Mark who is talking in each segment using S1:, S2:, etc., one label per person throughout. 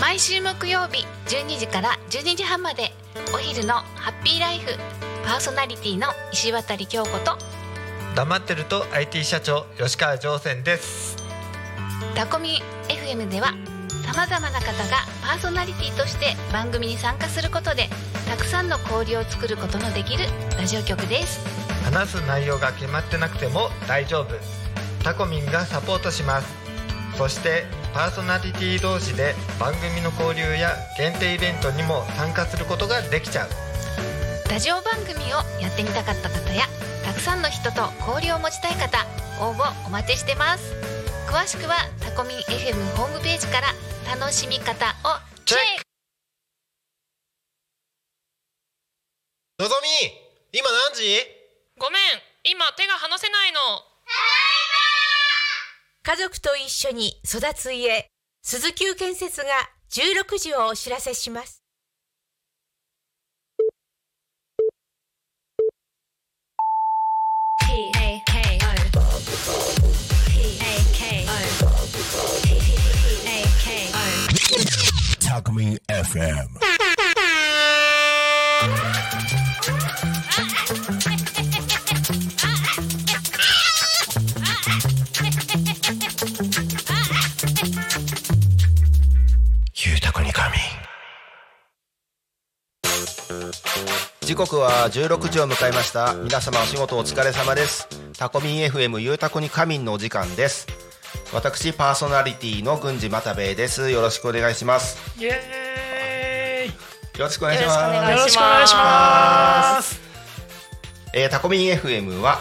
S1: 毎週木曜日12時から12時半までお昼のハッピーライフパーソナリティの石渡京子と
S2: 黙ってると IT 社長吉川上泉です
S1: タコミ FM ではさまざまな方がパーソナリティとして番組に参加することでたくさんの交流を作ることのできるラジオ局です
S2: 話す内容が決まってなくても大丈夫タコミンがサポートしますそしてパーソナリティ同士で番組の交流や限定イベントにも参加することができちゃう
S1: ラジオ番組をやってみたかった方やたくさんの人と交流を持ちたい方応募お待ちしてます詳しくはタコミン FM ホームページから楽しみ方をチェック
S3: のぞみ今何時
S4: ごめん今手が離せないの
S5: 家族と一緒に育つ家鈴木建設が16時をお知らせします
S6: タコミン FM
S3: ゆうたこに神時刻は16時を迎えました皆様お仕事お疲れ様ですタコミン FM ゆうたこに神のお時間です私パーソナリティの郡司又兵衛ですよろしくお願いします
S7: イエーイよ
S3: よろしくお願いします
S4: よ
S7: ろしくお願いします
S3: えータコミン FM は、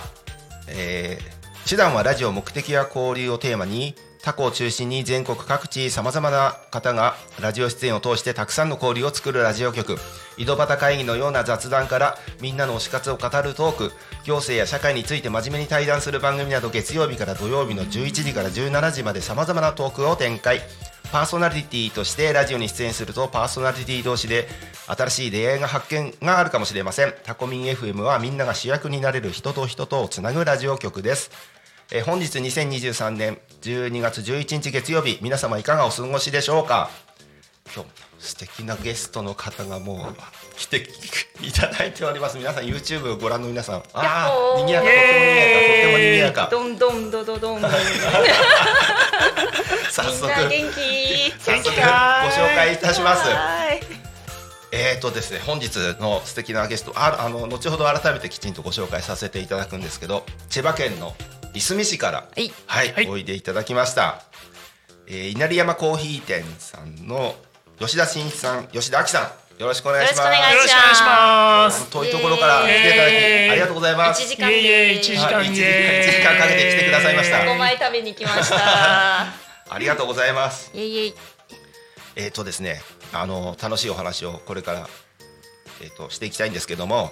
S3: えー手段はラジオ目的は交流をテーマにタコを中心に全国各地さまざまな方がラジオ出演を通してたくさんの交流を作るラジオ局井戸端会議のような雑談からみんなの推し活を語るトーク行政や社会について真面目に対談する番組など月曜日から土曜日の11時から17時までさまざまなトークを展開パーソナリティとしてラジオに出演するとパーソナリティ同士で新しい出会いが発見があるかもしれませんタコミン FM はみんなが主役になれる人と人とをつなぐラジオ局ですえー本日2023年12月11日月曜日皆様いかがお過ごしでしょうか今日も素敵なゲストの方がもう来ていただいております皆さん YouTube をご覧の皆さんああ賑やかとっても賑やかとっても賑やか
S8: どんどんどどどんどん。みん
S3: 早速
S8: な元気。
S3: 早速ご紹介いたします。えーとですね、本日の素敵なゲストああの後ほど改めてきちんとご紹介させていただくんですけど千葉県のいすみ市から、
S8: い
S3: はい
S7: はい
S3: おいでいただきました、えー稲荷山コーヒー店さんの吉田真一さん吉田亜紀さんよろしくお願いします
S8: よろしくお願い
S7: ろしくお願いします
S3: 遠いところから来ていただき
S7: イエーイ
S3: ありがとうございます
S8: 一時
S7: イ
S8: 間
S7: エイエイ
S8: で
S7: 一時
S3: 間
S7: 間
S3: はい
S7: イ
S3: 一時間
S7: エーイ
S3: 一時間かけて来てくださいました
S8: 五枚食べに来ま した。
S3: ありがとうございます
S8: いえいえい。
S3: えーとですね、あの楽しいお話をこれから、えー、としていきたいんですけども、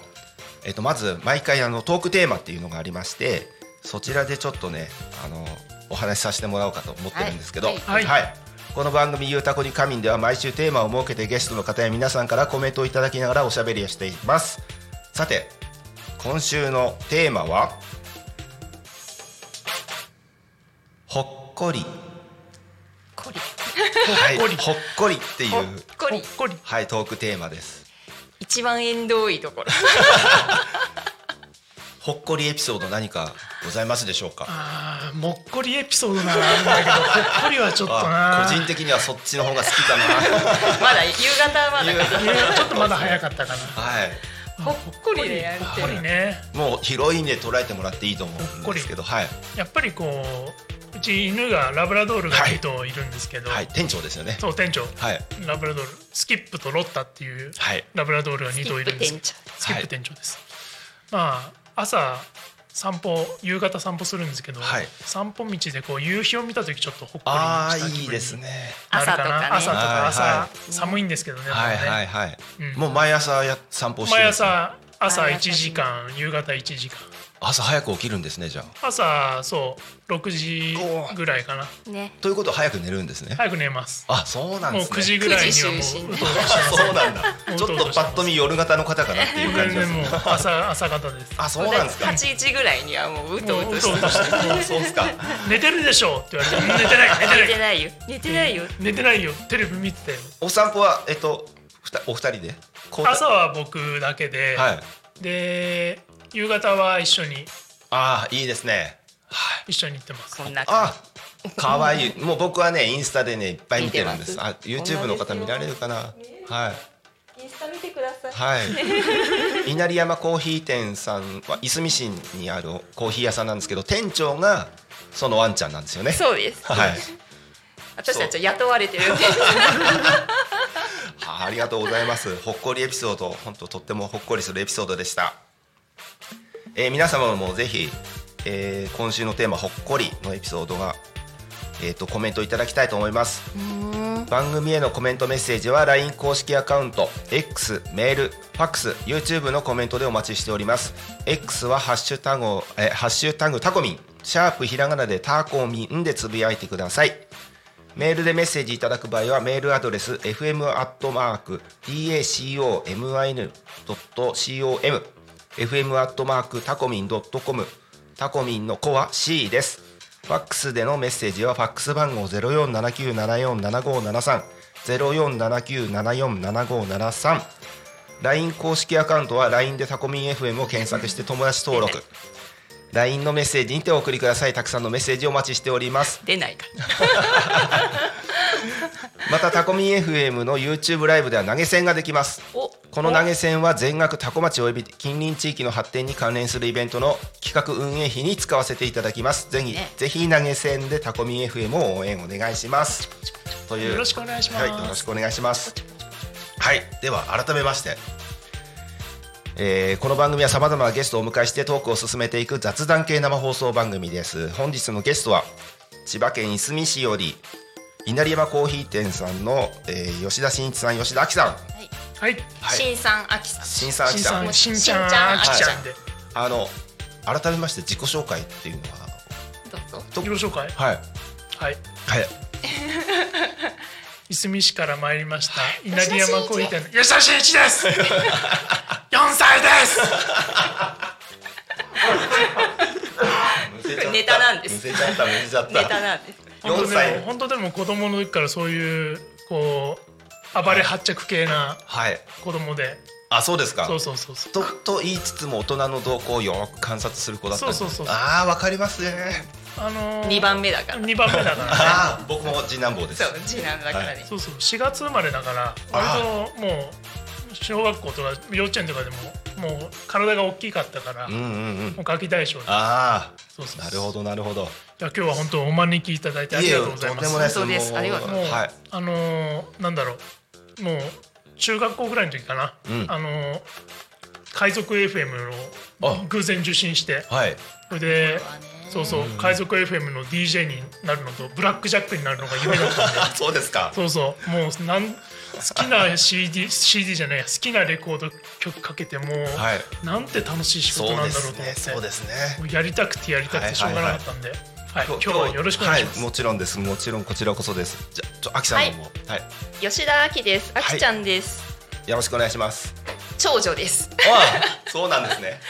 S3: えー、とまず毎回あのトークテーマっていうのがありましてそちらでちょっとねあのお話しさせてもらおうかと思ってるんですけど、
S8: はい
S7: はい
S3: この番組「ゆうたこに仮眠」では毎週テーマを設けてゲストの方や皆さんからコメントをいただきながらおしゃべりをしていますさて今週のテーマは「ほっこり」
S8: こり。
S3: はい、
S7: ほっこり
S3: ほっこりってい
S8: ほっ
S3: う
S8: こ
S7: ほっ
S8: り。
S7: こり
S3: はい、トークテーマです。
S8: 一番縁遠いところ。
S3: ほっこりエピソード何かございますでしょうか。
S7: あーもっこりエピソードならあるんだけどほっこりはちょっとな
S3: あ個人的にはそっちの方が好きかな。
S8: まだ夕方まだか
S7: いやちょっとまだ早かったか
S3: はい。
S7: な
S8: ほっこりでやるって
S7: ほっこりね
S3: もう広い意味で捉えてもらっていいと思うんですけど、はい、
S7: やっぱりこううち犬がラブラドールが2頭いるんですけど、
S3: はい、店長ですよね。
S7: そう店長
S3: はい、
S7: ラブラドールスキップとロッタっていう
S3: はい、
S7: ラブラドールが
S8: ら。
S7: 2頭いるんですけど
S8: 長。
S7: スキップ店長です、まあ朝散歩夕方散歩するんですけど、
S3: はい
S7: 散歩道でこう夕日を見た時ちょっとほっこり
S3: あ
S7: した
S3: あ、
S7: 気
S3: い
S7: 分
S3: い
S7: に
S3: ですね。
S7: なるかな
S8: 朝
S7: 朝
S8: と
S7: と
S8: かね
S7: か朝、
S3: はいは
S7: 寒いんですけどね,多分ね、
S3: はい、はい、はい。
S7: うん
S3: もう毎朝や散歩して
S7: 毎
S3: るんですね。
S7: 朝朝
S8: 毎
S7: 1
S8: 朝
S7: 時間夕方1時間
S3: 朝早く起きるんですねじゃあ
S7: 朝そう6時ぐらいかな
S8: ね
S3: ということは早く寝るんですね、
S7: 早く寝ます
S3: あそうなん
S7: も
S3: で
S7: う
S3: すね
S7: 9時ぐらいにはもう
S8: 9時就寝
S7: うとうと
S3: あ
S7: して
S3: そう なんだ
S7: う
S3: ちょっとパッと見夜型の方かなっていう感
S7: 全
S3: じがす
S7: 然も
S3: る
S7: う朝朝方です
S3: あそうなんですか
S8: 8時ぐらいにはもううとう
S7: もう
S8: と
S7: う
S8: し
S7: と
S8: て
S7: うとして
S3: そうですか
S7: 寝てるでしょって言われて寝てない寝
S8: 寝
S7: て
S8: て
S7: ない
S8: ないよ寝てないよ
S7: 寝てないよテレビ見てたよ
S3: お散歩はえっとふたお二人でこう
S7: 朝は僕だけで、
S3: はい
S7: で夕方は一緒に
S3: ああいいですね
S7: 一緒に行ってます
S8: こんな感
S3: あ可愛いもう僕はねインスタでねいっぱい見てるんです
S8: 見て
S3: あ YouTube の方見られるかなはい
S8: じインスタ見てください
S3: はい、稲荷山コーヒー店さんはいすみ市にあるコーヒー屋さんなんですけど店長がそのワンちゃんなんですよね。
S8: そうです
S3: はい、
S8: 私たちは雇われてるんで
S3: あありがとうございます。ほっこりエピソード、本当とってもほっこりするエピソードでした。えー皆様もぜひ、えー今週のテーマほっこりのエピソードが。えー、とコメントいただきたいと思います番組へのコメントメッセージは LINE 公式アカウント X メールファックス YouTube のコメントでお待ちしております X はハッシュタグをえーハッシュタグタコミンシャープひらがなでタコミンでつぶやいてくださいメールでメッセージいただく場合はメールアドレス fm.tacomin.com fm.tacomin.com タコミンの子は C ですファックスでのメッセージはファックス番号0479747573 0479747573 LINE 公式アカウントは LINE でタコミン FM を検索して友達登録 LINE のメッセージにてお送りくださいたくさんのメッセージをお待ちしております
S8: 出ないから
S3: またタコミン FM の YouTube ライブでは投げ銭ができます
S8: お
S3: この投げ銭は全額タコ町及び近隣地域の発展に関連するイベントの企画運営費に使わせていただきますぜひ,、
S8: ね
S3: ぜひ投げ銭でタコミン FM を応援お願いしますという
S7: よろしくお願いします、
S3: はい、よろしくお願いします。はい、では改めまして、えーこの番組はさまざまなゲストをお迎えしてトークを進めていく雑談系生放送番組です。本日のゲストは千葉県いすみ市より稲荷山コーヒー店さんの、えー吉田真一さん、吉田亜紀さん、
S7: はい
S3: はい、
S8: 新さんあきさん
S3: 新さん亜紀
S7: 新
S3: さ
S7: さ
S3: ん
S7: ん、新ちゃん
S8: 新ちゃん
S7: あきちゃんで
S3: あの改めまして自己紹介っていうのは、
S8: どうぞ
S3: い
S7: 自己紹介
S3: はい、
S7: はい
S3: はい、
S7: いすみ市から参りました稲荷山小池の吉田真一です四歳です
S3: むせちゃった
S8: ネタなんです
S3: むせちゃった、むせちゃっ
S8: ネ
S3: た
S8: タ。なんです
S7: 本
S3: 4
S7: 当で
S3: 歳
S7: も、本当でも子供の時からそういうこう暴れ発着系な
S3: はい、
S7: 子供で
S3: あ、そうですか。
S7: そうそうそうそう
S3: とと言いつつも大人の動向をよく観察する子だったんです
S7: そうそうそうそう
S3: ああわかりますね
S7: あのー、
S8: 2番目だから
S7: 二番目だからね
S3: ああ僕も次男坊です
S8: そう次男だからね
S7: そうそう4月生まれだから割ともう小学校とか幼稚園とかでももう体が大きかったから、
S3: うん
S7: も
S3: うんうん
S7: うガキ大将で
S3: あ
S7: そうそう
S3: あなるほどなるほど
S7: いや今日は本当お招きいただいてありがとうございま
S3: え
S7: す
S3: とんでもない
S8: 本当です
S3: もう
S8: ありがとう
S7: もう、
S3: はい
S7: あのーなんだろうもう中学校ぐらいの時かな、
S3: うん
S7: あのー海賊 FM
S3: あ
S7: を偶然受信して
S3: はい
S7: それでそうそう海賊 FM の DJ になるのとブラックジャックになるのが夢だった んで
S3: あそうですか
S7: そうそうもうなん好きな CD, CD じゃない好きなレコード曲かけてもう、
S3: はい
S7: なんて楽しい仕事
S3: そう
S7: な
S3: で
S7: んだろ
S3: す
S7: うと
S3: ね
S7: 思
S3: そう
S7: って
S3: ですね
S7: もうやりたくてやりたくてしょうがなかったんで、はい今日はよろしくお願いします、
S3: はもちろんですもちろんこちらこそですじゃちょあきさんの方もはい
S8: 吉田あきですあ
S3: い
S8: きちゃんです、
S3: よろしくお願いします
S8: 長女です
S3: ああそうなんです ね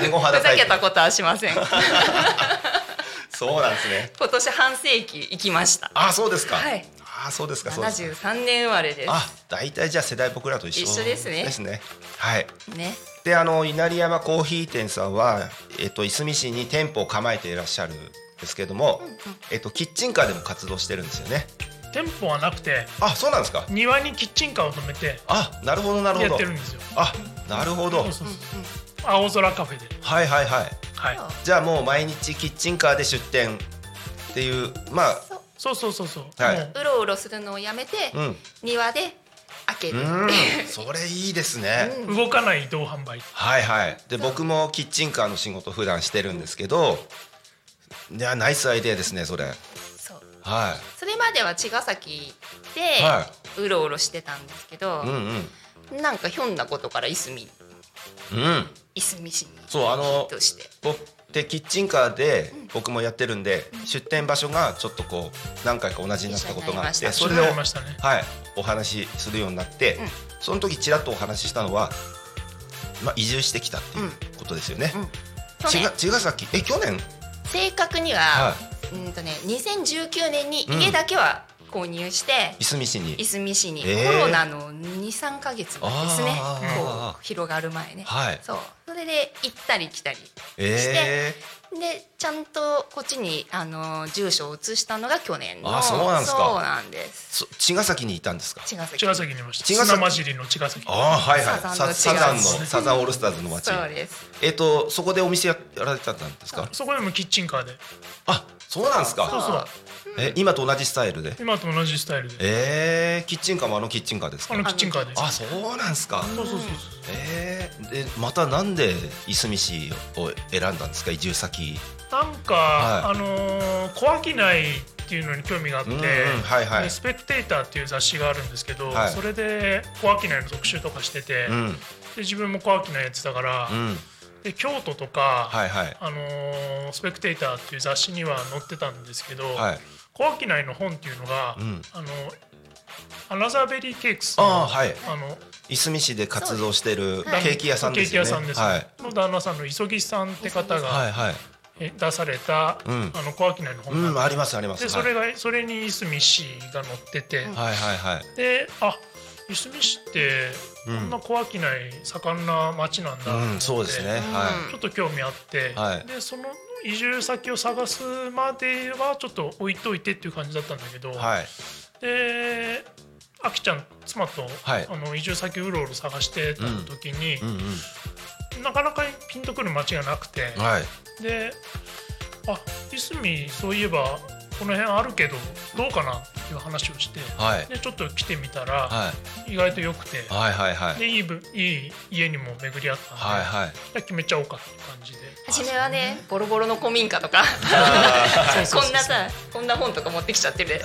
S3: 姉御
S8: ふ
S3: 肌
S8: ざ
S3: タイ
S8: け
S3: プ
S8: たことはしません今
S3: そうなんですね
S8: 年半世紀生きました
S3: ああそうですか
S8: はい
S3: ああそうですかそうですか
S8: 73年生まれで
S3: あ、大体じゃあ世代僕らと一緒
S8: 一緒ですね
S3: ですね。はい。
S8: すね
S3: で、あの稲荷山コーヒー店さんは、えっといすみ市に店舗を構えていらっしゃるんですけども、えっとキッチンカーでも活動してるんですよね。
S7: 店舗はなくて
S3: あ、そうなんですか。
S7: 庭にキッチンカーを止めて
S3: あ、なるほどなる
S7: やっ
S3: ほ
S7: て
S3: ど
S7: るん。ですよ
S3: あ、なるほど。
S7: そうそうそう青空カフェで
S3: はいはいはい。
S7: はい
S3: じゃあもう毎日キッチンカーで出店っていう、まあ、
S7: そうそうそうそう、
S3: はい
S7: もう
S8: うろうろするのをやめて、
S3: うん、
S8: 庭で開け
S3: う
S8: る
S3: ん、それいいですね。
S7: 動かない移動販売
S3: はいはいで僕もキッチンカーの仕事普段してるんですけどいやナイスアイデアですねそれ
S8: そう
S3: は
S8: それまでは茅ヶ崎
S3: いは
S8: でうろうろしてたんですけど
S3: い、うんうん
S8: なんかひょんなことからいすみ
S3: うん
S8: いすみ市に
S3: そうあの
S8: として
S3: 僕でキッチンカーで僕もやってるんで、出店場所がちょっとこう何回か同じになったことがあっ
S8: 一緒になりましてた
S3: それを
S7: 気になりましたね
S3: はい、お話しするようになって、
S8: うん
S3: その時ちらっとお話ししたのは、まあ、移住してきたっていうことですよね。
S8: うん
S3: 茅
S8: 去年
S3: ヶ茅ヶ崎え去年
S8: 正確には、
S3: は
S8: うんとね2019年に家だけは購入して、
S3: いすみ市に
S8: いすみ市に、
S3: えー
S8: コロナの23か月前ですね
S3: あー
S8: こう広がる前ね、
S3: はい
S8: そうそれで行ったり来たり
S3: え
S8: でちゃんとこっちにあの住所を移したのが去年の
S3: あそうなんですか
S8: そうなんです
S3: ー、そ茅ヶ崎にいたんですか
S8: 茅ヶ崎
S7: 茅ヶ崎にいました
S3: 茅ヶ崎
S7: 砂混じりの茅ヶ崎
S3: ああはいはい
S8: サザ
S3: サ
S8: ンの
S3: サザンの
S8: 茅ヶ崎
S3: サザンオールスターズの街
S8: そうです
S3: えっ、とそこでお店ややられてたんですか
S7: そこでもキッチンカーで
S3: あそうなんです
S8: そう
S3: か
S8: そう
S3: え今と同じスタイルで
S7: 今と同じスタイルで
S3: えー、キッチンカーもあのキッチンカーです
S7: あ
S3: か
S7: のキッチンカーで
S3: あそうなんですか
S7: そうそうそう
S3: えー、でまたなんでいすみ市を選んだんですか移住先
S7: なんか、
S3: は
S7: あのー小商いっていうのに興味があって、
S3: うんうんはいはい
S7: でスペクテーターっていう雑誌があるんですけど、
S3: はい
S7: それで小商いの特集とかしてて、
S3: うん
S7: で自分も小商いやってたから、
S3: うん
S7: で京都とか、
S3: はいはい
S7: あのースペクテーターっていう雑誌には載ってたんですけど、
S3: はい
S7: 小商いの本っていうのが、
S3: うん
S7: あのアナザーベリーケークスの
S3: ああーはい
S7: あの
S3: いすみ市で活動してる
S8: はい
S3: ケーキ屋さんですよね
S7: ケーキ屋さん
S3: はい
S7: ですの旦那さんの磯木さんって方が、
S3: はいはい
S7: え出された、
S3: うん
S7: あの小商いの本
S3: う
S7: なん
S3: んありますあります
S7: でそれが、それにいすみ市が載ってて、
S3: はいはいはいはい
S7: であいすみ市ってこ
S3: うん
S7: んな小商い盛んな町なんだと思って、
S3: うんそうですねは
S7: ちょっと興味あって、
S3: はい
S7: でその移住先を探すまではちょっと置いといてっていう感じだったんだけど、
S3: いはい
S7: であきちゃん妻と、
S3: はい
S7: あの移住先うろうろ探してた時に
S3: う、んうん
S7: なかなかピンとくる町がなくて、
S3: はい
S7: であいすみそういえばこの辺あるけどどうかなっていう話をして、
S3: はい
S7: でちょっと来てみたら、
S3: はい
S7: 意外と良くて、
S3: はいはいはい
S7: でいいぶいい家にも巡り合ったんで、
S3: はいはい
S7: じゃあ決めちゃおうかって感 じで
S8: 初めはねボロボロの古民家とか こんなさこんな本とか持ってきちゃ ってる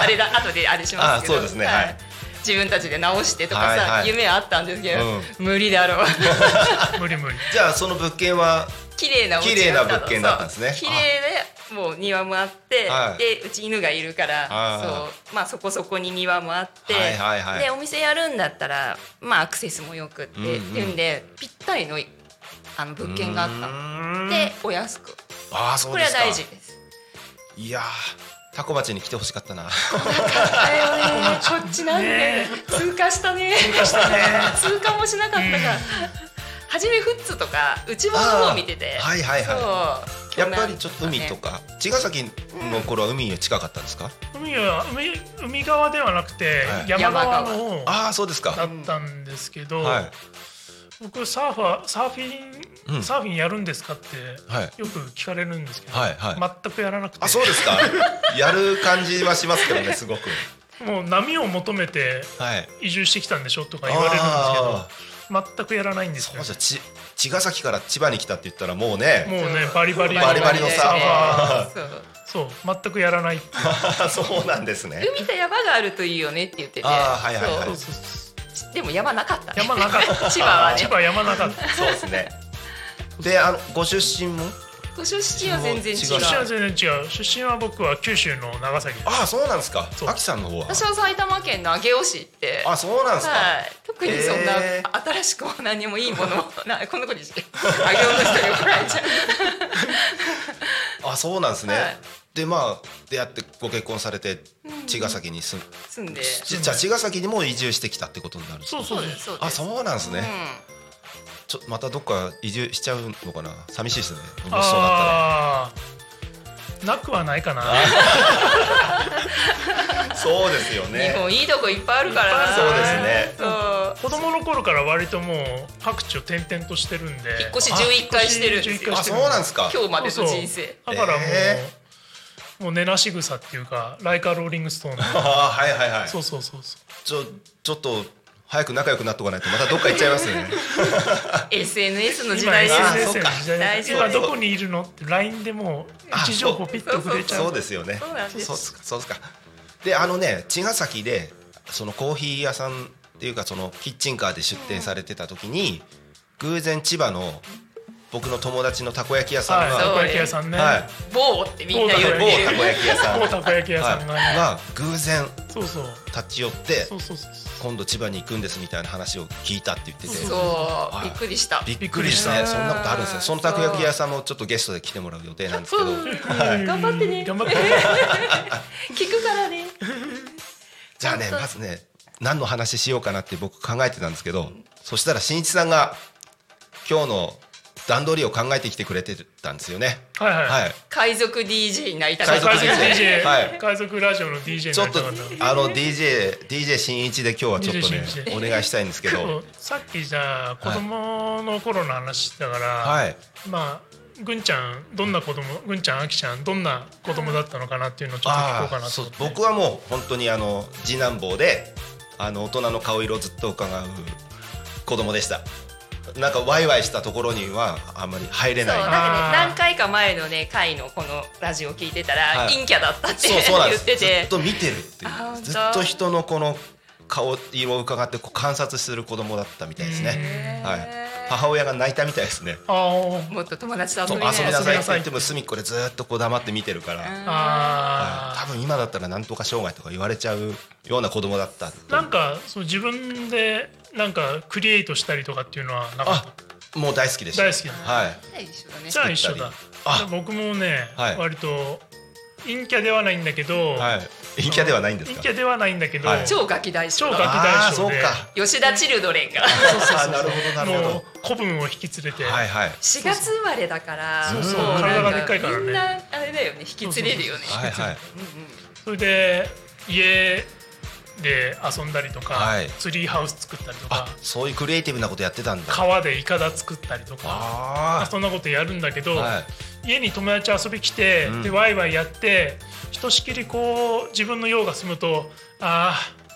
S8: あれだ後であれしますけど
S3: あそうですねはい
S8: 自分たちで直してとかさ、
S3: はいはい
S8: 夢はあったんですけど、無理だろう
S7: 無理無理
S3: じゃあその物件は
S8: 綺麗なお
S3: 綺
S8: 家
S3: 麗な
S8: だったの
S3: 物件だったんですね
S8: そう綺麗でもう庭もあって、
S3: はい
S8: でうち犬がいるから
S3: あ
S8: そうまあそこそこに庭もあって、
S3: はいはいはい
S8: でお店やるんだったらまあアクセスもよくって、
S3: うんうん
S8: っていうんでぴったりのあの物件があったの
S3: た
S8: でお安く
S3: ああそ
S8: こ
S3: う
S8: れ
S3: で
S8: は
S3: すか
S8: 大事です。
S3: いやータコ町に来てほしかったな
S8: こっちなんで、通過したね 通過もしなかったが、初めフッツとかうちものを見てて、
S3: あーはいはいは
S8: そう
S3: やっぱりちょっと海と
S8: か
S3: か茅ヶ崎の頃は海に近かったんですか
S7: 海は海海側ではなくて、
S3: はい
S7: 山側の方だ
S3: ああそうですか
S7: ったんですけど、
S3: はい
S7: 僕サーファーサーフィン、
S3: うん
S7: サーフィンやるんですかって
S3: はい
S7: よく聞かれるんですけど、
S3: はいはい
S7: 全くやらなくて
S3: あそうですかやる感じはしますけどねすごく
S7: もう波を求めて
S3: はい
S7: 移住してきたんでしょとか言われるんですけど全くやらないんです
S3: そ
S7: よ
S3: うじゃち茅ヶ崎から千葉に来たって言ったらもうね
S7: もうねバリバリ
S3: バリバリのサーフ
S8: ーファーそう
S7: そう全くやらないって
S3: そうなんですね
S8: 海と山があるといいよねって言ってて
S3: あーはいはいはい
S8: そう
S3: そう
S8: でも山なかったね
S7: 山な かった
S8: 千葉はね
S7: 千葉山なかった
S3: ですねであのご出身も
S8: ご出身は全然違う
S3: 違う
S7: 出身は全然違う出身は僕は九州の長崎です
S3: ああそうなんですか
S7: そう
S3: あきさんの方は
S8: 私は埼玉県の上尾市って
S3: あそうなんですか
S8: はい、特にそんな
S3: へ
S8: 新しくも何もいいものもなこんなことにして上尾の人に怒られちゃう
S3: あそうなんですね
S8: はい
S3: でまあ出会ってご結婚されて茅ヶ崎に住む
S8: 住んで
S3: じじゃあ茅ヶ崎にも移住してきたってことになるんですか
S7: そうそうそう
S8: そうで
S3: あ
S8: すう
S3: そうなんですね、
S8: ん
S3: ちょまたどっか移住しちゃうのかな寂しいですねもしそうなったら
S7: ああなくはないかな
S3: そうですよ
S8: 日本いいとこいっぱいあるからな
S3: そうですね
S8: そ
S7: 子
S8: う
S7: 供の頃から割ともう各地を転々としてるんで
S8: 引っ越し11回してるんです
S7: 引
S8: よ
S7: っ
S3: あ
S7: 越し
S3: そうなんですか
S8: 今日までの人生
S7: だからもう、
S3: え
S7: もう寝なし草っていうかライカーローリングストーンの
S3: あーはいはいはい
S7: そうそうそうそう
S3: ちょちょっと早く仲良くなっとかないとまたどっか行っちゃいますね
S8: SNS の時
S7: 今
S8: 代です
S3: あ
S8: ね
S7: SNS の時代だか
S8: 大丈
S7: ら
S8: 夫
S7: 今どこにいるのって LINE でもう位置情報ピッと触れちゃう
S3: そうですよね
S8: そうなんです
S3: そうっすかそうっすかであのね茅ヶ崎でそのコーヒー屋さんっていうかそのキッチンカーで出店されてた時に、偶然千葉の僕の友達のたこ焼き屋さんが、
S7: はい、た
S8: そう
S7: こ焼き屋さんね、
S3: はい、
S8: 某ってみんな呼ん
S3: 某
S8: で
S3: た
S8: る
S3: こ焼き屋 さん
S7: 某たこ焼き屋さんがね、
S3: はいが偶然
S7: そうそう
S3: 立ち寄って
S7: そうそうそう
S3: 今度千葉に行くんですみたいな話を聞いたって言ってて
S8: そう
S3: はい
S8: びっくりした
S3: びっくりしたねそんなことあるんですねそのたこ焼き屋さんもちょっとゲストで来てもらう予定なんですけど
S7: うん
S8: 頑張ってね
S7: 頑張 って
S8: 聞くからね
S3: じゃあねまずね何の話しようかなって僕考えてたんですけどそしたらしんいちさんが今日の段取りを考えてきてくれてたんですよね
S7: はいはい、
S3: はい
S8: 海賊 DJ になりたか
S3: 海
S8: っ
S3: 賊
S7: 海
S8: た
S7: 賊
S3: DJ
S7: DJ、
S3: はい
S7: 海賊ラジオの DJ に
S3: ちょ
S7: な
S3: っ
S7: り
S3: と
S7: たかった
S3: あの DJ DJ 新一で今日はちょっとね
S7: DJ 新一
S3: お願いしたいんですけ
S7: そ
S3: ど
S7: うさっきじゃあ子供の頃の話だから、
S3: はい
S7: まあぐんちゃんどんな子供ぐんちゃんあきちゃんどんな子供だったのかなっていうのをちょっと聞こ
S3: あ
S7: うか
S3: ー
S7: なと
S3: そう
S7: 思って
S3: 僕はもう本当にあの次男坊であの大人の顔色をずっと伺う子供でしたなんかワイワイしたところにはあんまり入れ
S8: そう
S3: ない
S8: なん
S7: あ
S8: か
S7: ー
S8: ね何回か前のね回のこのラジオ聞いてたら、
S3: はい
S8: 陰キャだったって
S3: そうそうなんで
S8: 言っ
S3: す
S8: て
S3: ずってと見てるってい
S8: あ本
S3: う
S8: 当
S3: ずっと人のこの顔色を伺ってこう観察する子供だったみたいですねはい母親が泣いたみたいですね
S7: あー
S8: もっと友達と
S3: そ
S8: 遊
S3: う
S8: びな
S3: 遊びな
S8: よ
S3: さいって言っても隅っこでずっとこう黙って見てるからは
S7: あ
S3: い多分今だったらなんとか障害とか言われちゃうような子供だった
S7: ーなんかそう自分でなんかクリエイトしたりとかっていうのはなんか
S3: あもう大好きでした
S7: 大好きなの
S3: はい
S8: はい一緒だね
S7: じゃあ一緒だ
S3: あ
S7: 僕もね、
S3: はい
S7: 割と陰キャではないんだけど、
S3: はい陰キャではないんです
S7: 陰
S3: か
S7: キャではないんだけど、
S3: はい
S8: 超ガキ大将
S7: 超ガキ
S3: あ
S7: 大
S3: あー
S7: 将
S3: そう
S7: で
S3: か
S8: 吉田チルドレンが
S3: あー なるほどなるほ
S7: もう古文を引き連れて、
S3: どはいはい
S8: 4月生まれだから
S3: そうそう
S8: もなん
S7: 体がでっかいからね
S8: みんなあれだよね引き連れるよね
S3: はいはい
S7: それで家で遊んだりとか、
S3: はい
S7: ツリーハウス作ったりとか
S3: あそういうクリエイティブなことやってたんだ
S7: 川でイカダ作ったりとか
S3: あ
S7: そんなことやるんだけど、
S3: あはい
S7: 家に友達遊び来て、
S3: うん
S7: でワイワイやってひとしきりこう自分の用が済むとああ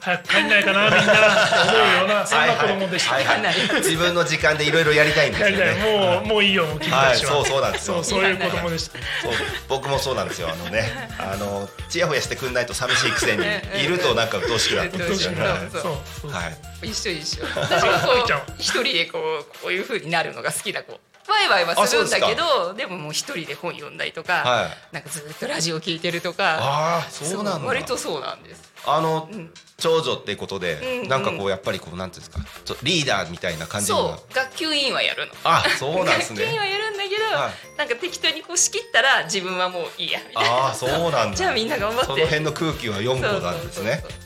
S7: 早く帰んないかなみんな って思うようなそんな子供でした。
S3: はいはいはいはい自分の時間でいろいろやりたいんです
S7: や
S3: よ
S7: りた
S3: ね
S7: いもうもういいよもう君
S3: は
S7: た
S3: い
S7: ちは、
S3: そうそうなんですよ
S7: そうそういう子供でした
S3: そう僕もそうなんですよあのねあのちやほやしてくんないと寂しいくせにいるとなんか鬱陶しくなってくるんですよね
S8: そうそう
S7: そう
S3: はい
S8: 一緒 一緒私はこ
S7: あきちゃんは
S8: う一人でこうこういう風になるのが好きな子ワイワイはするんだけどでももう一人で本読んだりとか、
S3: はい
S8: なんかずっとラジオ聞いてるとか
S3: ああそうなん
S8: そ
S3: だ
S8: う割とそうなんです
S3: あの
S8: うん
S3: 長女ってこと
S8: うんう
S3: で
S8: ん
S3: なんかこうやっぱりこうなんていうんですかちょリーダーみたいな感じ
S8: そ
S3: が
S8: う学級委員はやるの
S3: あそうなんです
S8: 学級委員は
S3: ね
S8: やるんだけど、
S3: はい
S8: なんか適当にこう仕切ったら自分はもういいやみたいな
S3: ああそうなんだ
S8: じゃあみんな頑張って
S3: その辺の空気は四個
S8: そうそう
S3: なんですね
S8: そうそう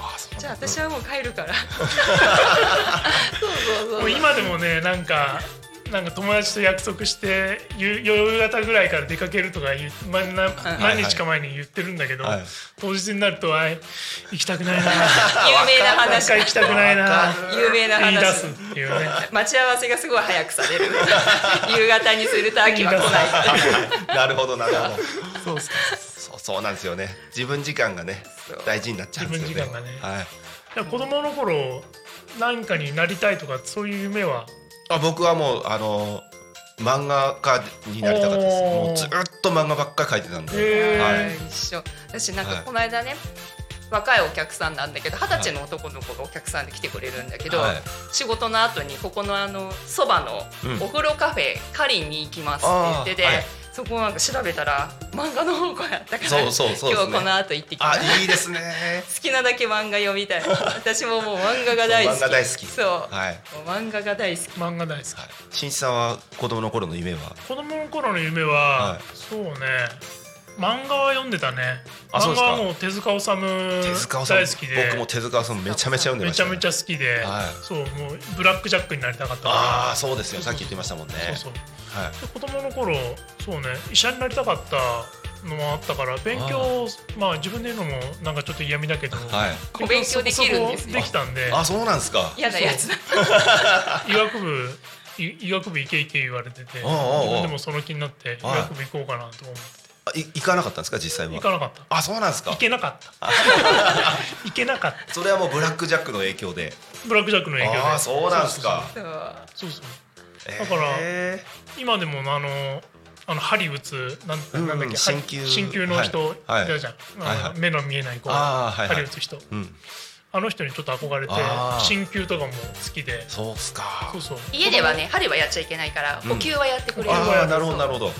S3: あそうなんだ
S8: じゃあ私はもう帰る からそうそ
S7: も
S8: うそうう
S7: 今でもねなんかなんか友達と約束して夕夕方ぐらいから出かけるとか言う、まな何日か前に言ってるんだけど、
S3: はい
S7: 当日になるとあい行きたくない な
S8: 有名な
S7: なん
S8: 話
S7: か行きたくないな
S8: 有名な
S7: 言い出
S8: 話
S7: すっていうね
S8: 待ち合わせがすごい早くされる 夕方にすると秋は来ない
S3: なるほどなるほど。そうそうなんですよね。自分時間がね
S8: そう
S3: 大事になっちゃうんですよね。
S7: 自分時間が
S3: はい。
S7: いや子供の頃何かになりたいとかそういう夢は
S3: あ僕はもうあの漫画家になりたかったです。
S7: おー
S3: もうずっと漫画ばっかり描いてたんで。
S7: へー
S3: はい
S8: 一緒私なん
S3: は
S8: か
S3: い
S8: この間ね、若いお客さんなんだけど二十歳の男の子がお客さんで来てくれるんだけど、
S3: はい
S8: 仕事の後にここのあのそば
S3: うん
S8: のお風呂カフェ、かりに行きますって言ってて、
S3: あーはい
S8: そこなんか調べたら漫画の本庫やったから
S3: そうそうそうですね
S8: 今日この後行ってきま
S3: あ
S8: す
S3: いいですね。
S8: 好きなだけ漫画読みたい私ももう漫画が大好き
S3: 漫画大好き。
S8: そう、
S3: はい。
S8: もう漫画が大好き
S7: 漫画大好き
S3: 新一さんは子供の頃の夢は
S7: 子供の頃の夢は、
S3: はい
S7: そうね漫画は読んでたね
S3: あそう
S7: 漫
S3: です
S7: 画
S3: か
S7: はもう手塚治虫
S3: 手塚治
S7: 大
S3: 虫
S7: 好きで
S3: 僕も手塚治虫めちゃめちゃ読んで
S7: め
S3: まし
S7: ち
S3: た
S7: ゃ
S3: ね、
S7: めちゃ好きで、
S3: はい
S7: そうもうブラックジャックになりたかった
S3: あ
S7: か
S3: あそうですよ。さっき言ってましたもんね。
S7: らそうそう
S3: はい。
S7: で子供の頃そうね医者になりたかったのもあったから勉強まあ自分で言うのもなんかちょっと嫌味だけど、
S3: はい。
S8: お勉強できるんです
S7: そこそこ
S8: ね
S7: できたんで
S3: あそうなんですか。
S8: 嫌なやつだ
S7: 医学部い医学部行け行け言われてて
S3: おうおうおう
S7: 自分でもその気になって医
S3: はい
S7: 学部行こうかなと思って
S3: あい行かなかったんですか実際
S7: 行か
S3: は。
S7: なかった
S3: あそうなんです
S7: 行
S3: か。
S7: けなか った行けなかった
S3: それはもうブラックジャックの影響で。
S7: ブラックジャックの影響で
S3: ああそうなんですか。
S8: そう
S7: そうそう
S3: だ
S7: から
S3: え
S7: 今でもあのあの針打つなん
S3: うん
S7: なんだっけ
S3: 鍼灸
S7: 針灸の人い
S3: はいはい
S7: たじゃんあの
S3: はいはい
S7: 目の見えない子
S3: あーはいはい
S7: 針打つ人
S3: ーうん、
S7: あの人にちょっと憧れて
S3: あー
S7: 進級とかも好きで
S3: そうっすか
S7: そうそう
S8: 家ではね春はやっちゃいけないから
S3: うん
S8: 補給はやってくれる、
S3: ああなるほどなるほど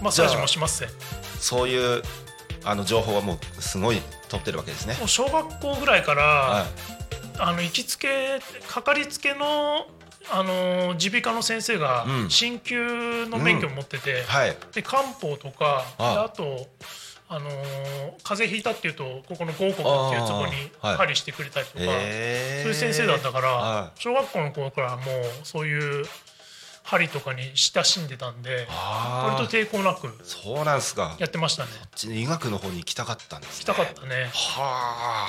S7: マッサージもしますね
S3: そういうあの情報はもうすごい取ってるわけですね
S7: もう小学校ぐらいから、
S3: は
S7: あの行きつけかかりつけのあの耳鼻科の先生が
S3: うん
S7: 鍼灸の免許を持ってて、
S3: いはい
S7: で漢方とか
S3: ああ
S7: であと、あのー風邪ひいたっていうとここの合谷っていうとこに
S3: ああはい
S7: 針してくれたりとか、
S3: え
S7: そういう先生だったから、
S3: ああ
S7: 小学校の頃からもうそういう針とかに親しんでたんで割
S3: あ
S7: と
S3: あ
S7: 抵抗なく
S3: そうなんすか
S7: やってましたね
S3: 医学の方に行きたかったんです、ね、
S7: 来たかったね
S3: はあ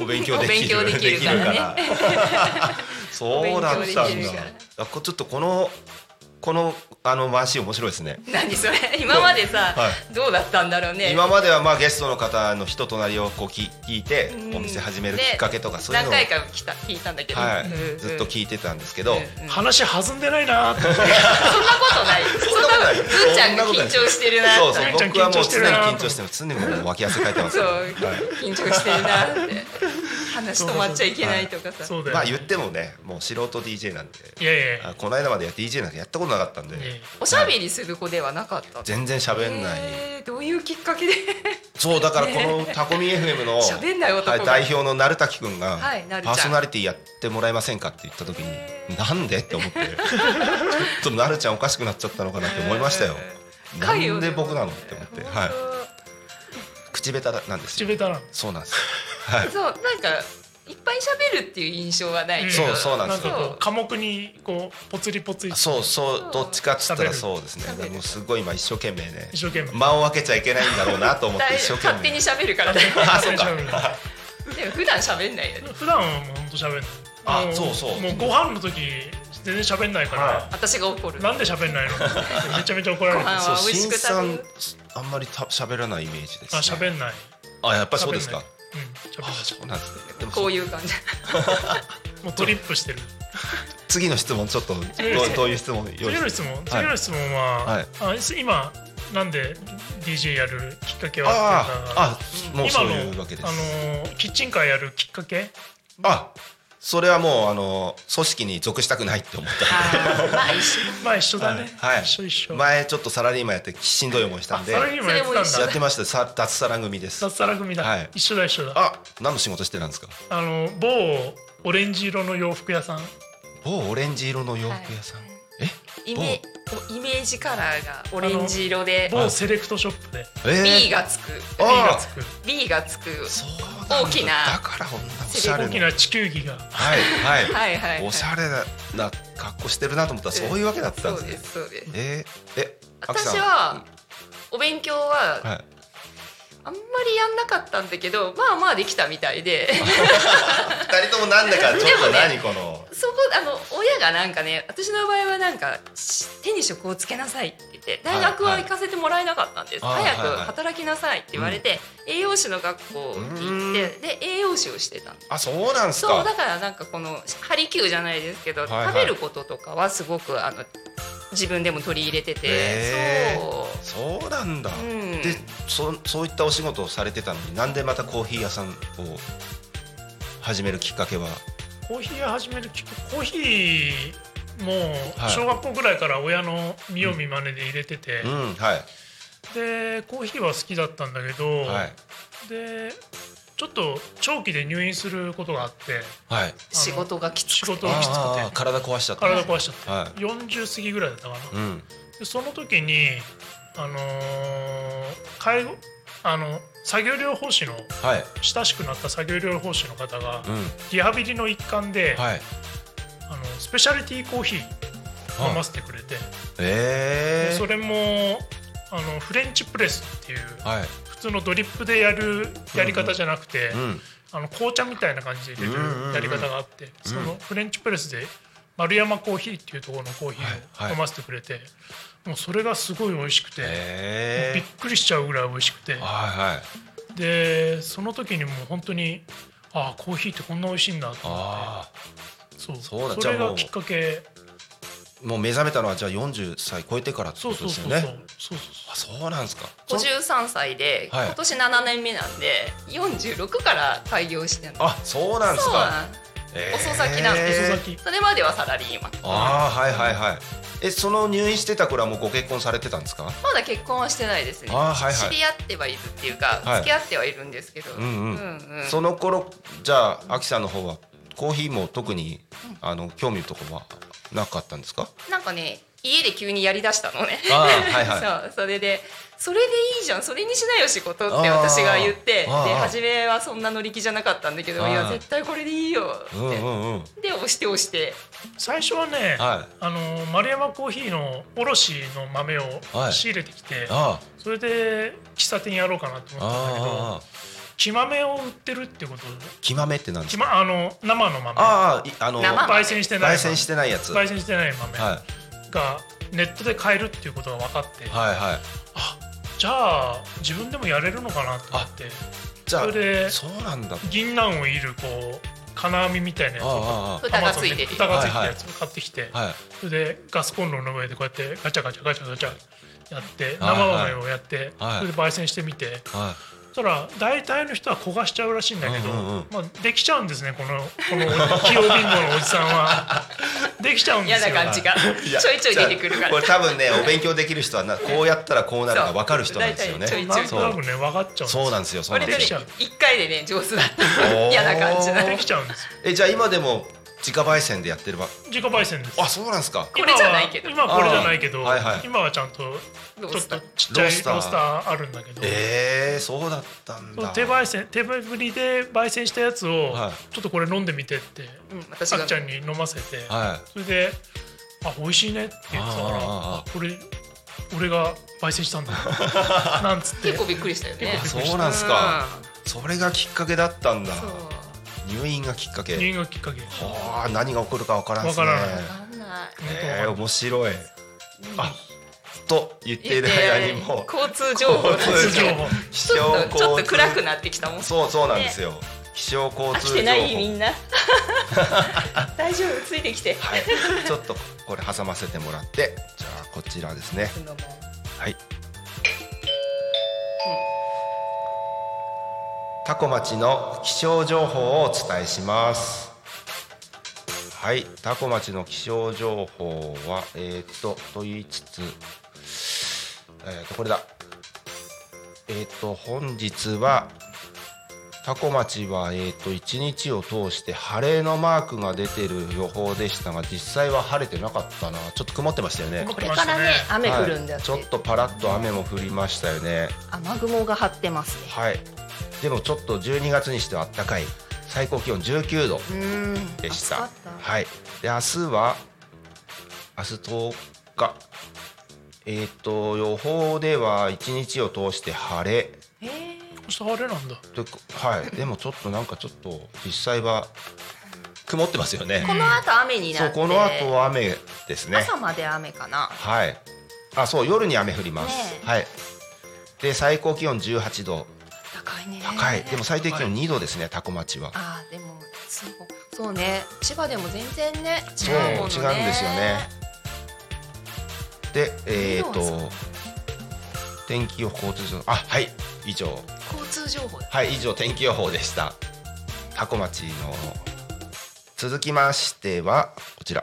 S3: お勉強できる
S8: お勉強できるからね
S3: できら そうだったんだ
S8: お勉強できるから
S3: あこちょっとこのこのあの回し面白いですね、
S8: 何それ今までさ、
S3: は
S8: どうだったんだろうね
S3: 今まではまあゲストの方の人となりをこう聞聞いて
S8: うん
S3: お店始めるきっかけとかそういうの
S8: 何
S3: を
S8: 回か聞いた聞いたんだけど、
S3: はい
S8: うんうん
S3: ずっと聞いてたんですけど、
S8: うんうん
S7: 話弾んでないなーって
S8: そんなことないそんな
S3: ない
S8: ずーちゃんが緊張してるな
S3: そう
S8: って
S3: そう
S7: めっ
S3: 僕
S7: ちゃ
S3: はも
S7: 緊
S3: う
S7: 張して
S3: 常に
S7: るな
S3: 緊張してます常にもう脇汗かいてます
S8: そ
S3: か
S8: う
S3: ら、はい
S8: 緊張してるなって話止まっちゃいけないとかさ
S7: そうだよ、
S3: まあ言ってもねもう素人 DJ なんで
S7: いやいやいや
S3: あこの間までや DJ なんかやったことなかったんで、
S7: いやいや
S8: おしゃべりする子ではなかった
S3: 全然喋んない、
S8: えーどういうきっかけで
S3: そうだからこのタコミ FM の
S8: 喋んない男
S3: はい
S8: が
S3: 代表の鳴滝くんが
S8: はい鳴るち
S3: パ
S8: ゃん
S3: ーソナリティやってもらえませんかって言った時になんでって思ってちょっとなるちゃんおかしくなっちゃったのかなって思いましたよ
S8: えー
S3: な
S8: 回を
S3: ん
S8: ね
S3: で僕なのって思ってはい口下手なんです
S7: 口
S3: よ
S7: 下手な
S3: そうなんです
S8: そうなんかいっぱい喋るっていう印象はないけど
S3: そうそうなんで
S7: なん
S3: す
S7: か
S3: よ
S7: こう寡黙にこうぽつりぽつり
S3: そうそうどっちかっつったらそうです
S8: 喋
S3: ね
S8: る
S3: もうすごい今一生懸命ね
S7: 一生懸命
S3: 間を空けちゃいけないんだろうなと思っ
S8: だ
S3: て
S8: い
S3: 一生懸
S8: 勝手に
S3: 命
S8: 喋るからね
S3: あそうか
S7: 勝手に喋
S8: でも普段喋んないよね
S7: る普段はもうほんと喋んない
S3: あ
S7: も
S3: そうそう
S7: もうご飯の時全然喋んないから、
S3: は
S8: 私が怒る
S7: なんで喋んないのめちゃめちゃ怒られる
S8: ご飯
S3: そう
S8: あ美味し
S3: 新
S8: く
S3: さん
S8: 食
S3: あんまりた喋らないイメージです
S7: あ
S3: ね
S7: 喋んない
S3: あやっぱそうですか
S7: うん喋ん
S3: あ
S7: ない
S3: そうなんですねでも
S8: こういう感じ
S7: もうトリップしてる
S3: 次の質問ちょっとどうどういう質問用意し
S7: 次の
S3: て
S7: 質問次の質問は、
S3: はい
S7: あす今なんで DJ やるきっかけはっていうか
S3: あーあもう
S7: 今
S3: そう
S7: の
S3: いうわけです
S7: あのーキッチンカーやるきっかけ
S3: あそれはもうあの組織に属したくないって思っ
S8: あーまあ一緒
S7: まあ一緒だね、
S3: はい
S7: 一緒一
S3: た
S7: 緒、
S3: 前ちょっとサラリーマンやってしんどい思いしたんで
S7: サラリ
S3: や
S7: ーマンやってたん
S8: それも一緒
S7: だ
S3: ってましたさ脱サラ組です
S7: 脱サラ組だ、
S3: はい
S7: 一緒だ一緒だ
S3: あ何の仕事してたんですか
S7: あの某オレンジ色の洋服屋さん
S3: 某オレンジ色の洋服屋さん、
S8: はい
S3: え
S8: イメイメージカラーがオレンジ色で
S7: 某セレクトショップで
S3: え
S8: B がつく
S3: あ
S7: B がつく
S8: B がつく
S3: そうなんだ
S8: 大きな
S3: だからこんなおしゃれ
S7: 大
S3: な
S7: きな地球儀が
S3: はいはい、
S8: はいはい、はい、
S3: おしゃれなな格好してるなと思ったらそういうわけだったん
S8: そう
S3: です
S8: で
S3: ね
S8: すそうです
S3: えー、えアキさん
S8: 私はお勉強は
S3: はい
S8: あんまりやんなかったんだけどまあまあできたみたいで
S3: 二人ともなんだかちょっと何この、
S8: そこあの親がなんかね私の場合はなんかし手に職をつけなさいって言って大学は行かせてもらえなかったんです、
S3: はいはいあーは
S8: 早
S3: い
S8: く
S3: はい
S8: 働きなさいって言われて、栄養士の学校に行ってで栄養士をしてたんです
S3: あそうなんす
S8: そう
S3: か
S8: だからなんかこのハリキューじゃないですけど、
S3: いはい
S8: 食べることとかはすごくあの自分でも取り入れてて
S3: へー
S8: そう
S3: そうなんだ、
S8: うん
S3: でそそういったお仕事をされてたのになんでまたコーヒー屋さんを始めるきっかけは
S7: コーヒー屋始めるきっかけコーヒーも
S3: はい
S7: 小学校ぐらいから親の見よう見まねで入れてて、
S3: うんはい
S7: でコーヒーは好きだったんだけど、
S3: はい
S7: でちょっと長期で入院することがあって
S3: はい
S8: 仕事がきつ
S7: 仕
S8: くて
S7: 事がきつ
S3: あーあー
S7: くて
S3: 体壊しちゃった
S7: 体壊しちゃって、
S3: はい
S7: 40過ぎぐらいだったかな、
S3: うん
S7: でその時にあのー介護あの作業療法士の
S3: はい
S7: 親しくなった作業療法士の方が
S3: うん
S7: リハビリの一環で、
S3: はい
S7: あのスペシャリティーコーヒー飲ませてくれて、
S3: え
S7: で
S3: え
S7: それもあのフレンチプレスっていう
S3: はい
S7: 普通のドリップでやるやり方じゃなくて、
S3: うん
S7: あの紅茶みたいな感じで入れ
S3: うんうんうん
S7: るやり方があって、そのフレンチプレスで丸山コーヒーっていうところのコーヒ
S3: はいは
S7: ー
S3: い
S7: を飲ませてくれて、もうそれがすごい美味しくて、び
S3: え
S7: っくりしちゃうぐらい美味しく
S3: え
S7: て
S3: はいはい
S7: でその時にもう本当にああコーヒーってこんな美味しいんだと思って
S3: ああ
S7: そう
S3: そうだ
S7: それ
S3: じゃあも
S7: が
S3: う
S7: きっかけ
S3: もう目覚めたのはじゃあ40歳超えてからって
S7: そう
S3: こと
S7: そう
S3: です
S7: そ
S3: よ
S7: うそ
S3: ね
S7: うそうそう
S3: あそうなんですか
S8: 五十三歳で、
S3: はい
S8: 今年七年目なんで、四十六から開業してるの。
S3: あそうなんです
S8: そう
S3: か
S8: なん遅咲きなんで
S3: えー
S7: 遅咲き
S8: それまではサラリーマン。
S3: ああはいはいはいえその入院してた頃はもうご結婚されてたんですか
S8: まだ結婚はしてないですね。
S3: あーはいはい
S8: 知り合ってはいるっていうか、
S3: はい
S8: 付き合ってはいるんですけど。
S3: うんうん
S8: うん
S3: その頃じゃあアキさんの方はコーヒーも特にあの興味とかはなかったんですか
S8: なんかね家で急にやりだしたのね。
S3: あーはいはい
S8: そうそれでそれでいいじゃんそれにしなよ仕事って私が言ってで
S3: あーあー
S8: 初めはそんな乗り気じゃなかったんだけど
S3: あー
S8: いや絶対これでいいよって、
S3: うんうんうん
S8: で押して押して
S7: 最初はね、
S3: はい
S7: あの丸山コーヒーの卸の豆を
S3: はい
S7: 仕入れてきて、
S3: あ
S7: それで喫茶店やろうかなと
S3: あ
S7: 思ったんだけ
S3: ああ
S7: ど木豆を売ってるってこと
S3: きまめってなんです
S7: 木
S3: か
S7: まあの生の豆
S3: ああいあの
S8: 生
S7: 焙煎してない
S3: 焙煎してないやつは
S7: 焙
S3: い
S7: 煎してない豆
S3: は
S7: がネットで買えるっていうことが分かって、
S3: いはい
S7: あじゃあ自分でもやれるのかなと思って
S3: じゃ
S7: それで
S3: あそうなんだ
S7: 銀杏をいるこう金網みたいなや
S3: あ
S7: つを
S3: ああ
S8: 蓋がついて
S7: Amazon で
S8: る
S7: 蓋がついてるやつを買ってきて、
S3: あはい
S7: それでガスコンロの上でこうやってガチャガチャガチャガチャやって
S3: はい
S7: 生豆をやって、
S3: はい
S7: それで焙煎してみて、
S3: はい
S7: そしたら大体の人は焦がしちゃうらしいんだけど、
S3: うんうんうん
S7: まあ、できちゃうんですねこのこの器用貧乏のおじさん はできちゃうんで
S8: 嫌
S7: す
S8: な
S7: よ
S8: 感じが
S3: いや
S8: ちょいちょい出てくるか
S3: じゃあこ
S8: ら
S3: れ多分ねお勉強できる人は なこうやったらこうなるが分かる人なんですよね
S8: そう大体
S7: なんと
S3: そ
S7: な
S3: う
S7: くね分かっちゃうんです
S3: そうなんですよそうな
S8: 割
S3: ん
S8: と
S3: です
S8: ね
S3: よ
S7: ちゃう
S8: 一回でね上手だっ
S3: おー
S8: た嫌な感じだ
S7: で
S8: ね
S7: きちゃうんですよ
S3: えじゃあ今でも自家焙煎でやってるば
S7: 自己焙煎です
S3: あそうなんですか
S8: こ
S7: 今
S8: れ
S7: は
S8: じゃないけど
S7: 今はこれじゃないけど、
S3: あーはいはい
S7: 今はちゃんと
S8: どう
S7: ちょっ
S8: した
S7: とちっち
S3: ロ
S7: ゃいロ
S3: ー
S7: ー
S3: ス
S7: ス
S3: タ
S7: タ
S3: ー
S7: ーあるんだけど、
S3: ええそうだったんだ
S7: 手焙煎手ぶりで焙煎したやつを、
S3: は
S7: ちょっとこれ飲んでみてって
S8: うん私
S7: さ
S8: が
S7: っちゃんに飲ませて、
S3: は
S7: それで「あ美味しいね」って言ってたから
S3: ああああ
S7: あこれ俺が焙煎したんだなんつって
S8: 結構びっくりしたよね
S3: いあそうなんですかそれがきっかけだったんだ
S8: うんそう
S3: 入院がきっかけ
S7: 入院がきっかけ
S3: はあ何が起こるか分からんですね
S7: わから
S8: わかんない
S3: ええ面白いあと言ってい
S8: 言っ
S3: る
S8: て
S3: 間にも
S8: 交通情報だし
S3: 交
S7: 通情報
S3: 気
S8: ちょっとちょっと暗く
S3: な
S8: なってきたもん
S3: そうそうなんですよ気象交
S8: 飽
S3: 通
S8: き
S3: 情
S8: てないみ
S3: 報
S8: んな大丈夫ついてきて
S3: はいちょっとこれ挟ませてもらってじゃあこちらですねはい。タコ町の気象情報をお伝えします。はい、タコ町の気象情報は、えーっと、と言いつつ。えーっと、これだ。えーっと、本日は。タコ町は、えーっと、一日を通して晴れのマークが出てる予報でしたが、実際は晴れてなかったな。ちょっと曇ってましたよね。
S7: こ
S8: これからね雨降るんだって、
S3: はいちょっとパラッと雨も降りましたよね
S8: 雨雲が張ってますね
S3: はいでもちょっと12月にしては暖かい最高気温19度
S8: うーん
S3: でした
S8: 暑かった
S3: はいで明日は明日10日えっ、と予報では一日を通して晴れ
S8: えー
S7: 明日あれなんだ
S3: ではいでもちょっとなんかちょっと実際は曇ってますよね
S8: この後雨に
S3: そ
S8: な
S3: う
S8: って
S3: この後は雨ですね
S8: 朝まで雨かな
S3: はい。あ、そう、夜に雨降ります。
S8: ねえ
S3: はい。で、最高気温18度、
S8: 高いね
S3: 高い。でも最低気温2度ですね、多古町は。
S8: あーでもそうそうね千葉でも全然ね違
S3: そうう、
S8: もんね
S3: 違うんですよね。で、えっ、
S8: 二度
S3: と。天気予報とあ、はい、以上。
S8: 交通情報
S3: はい、以上天気予報でした。タコ町の続きましてはこちら。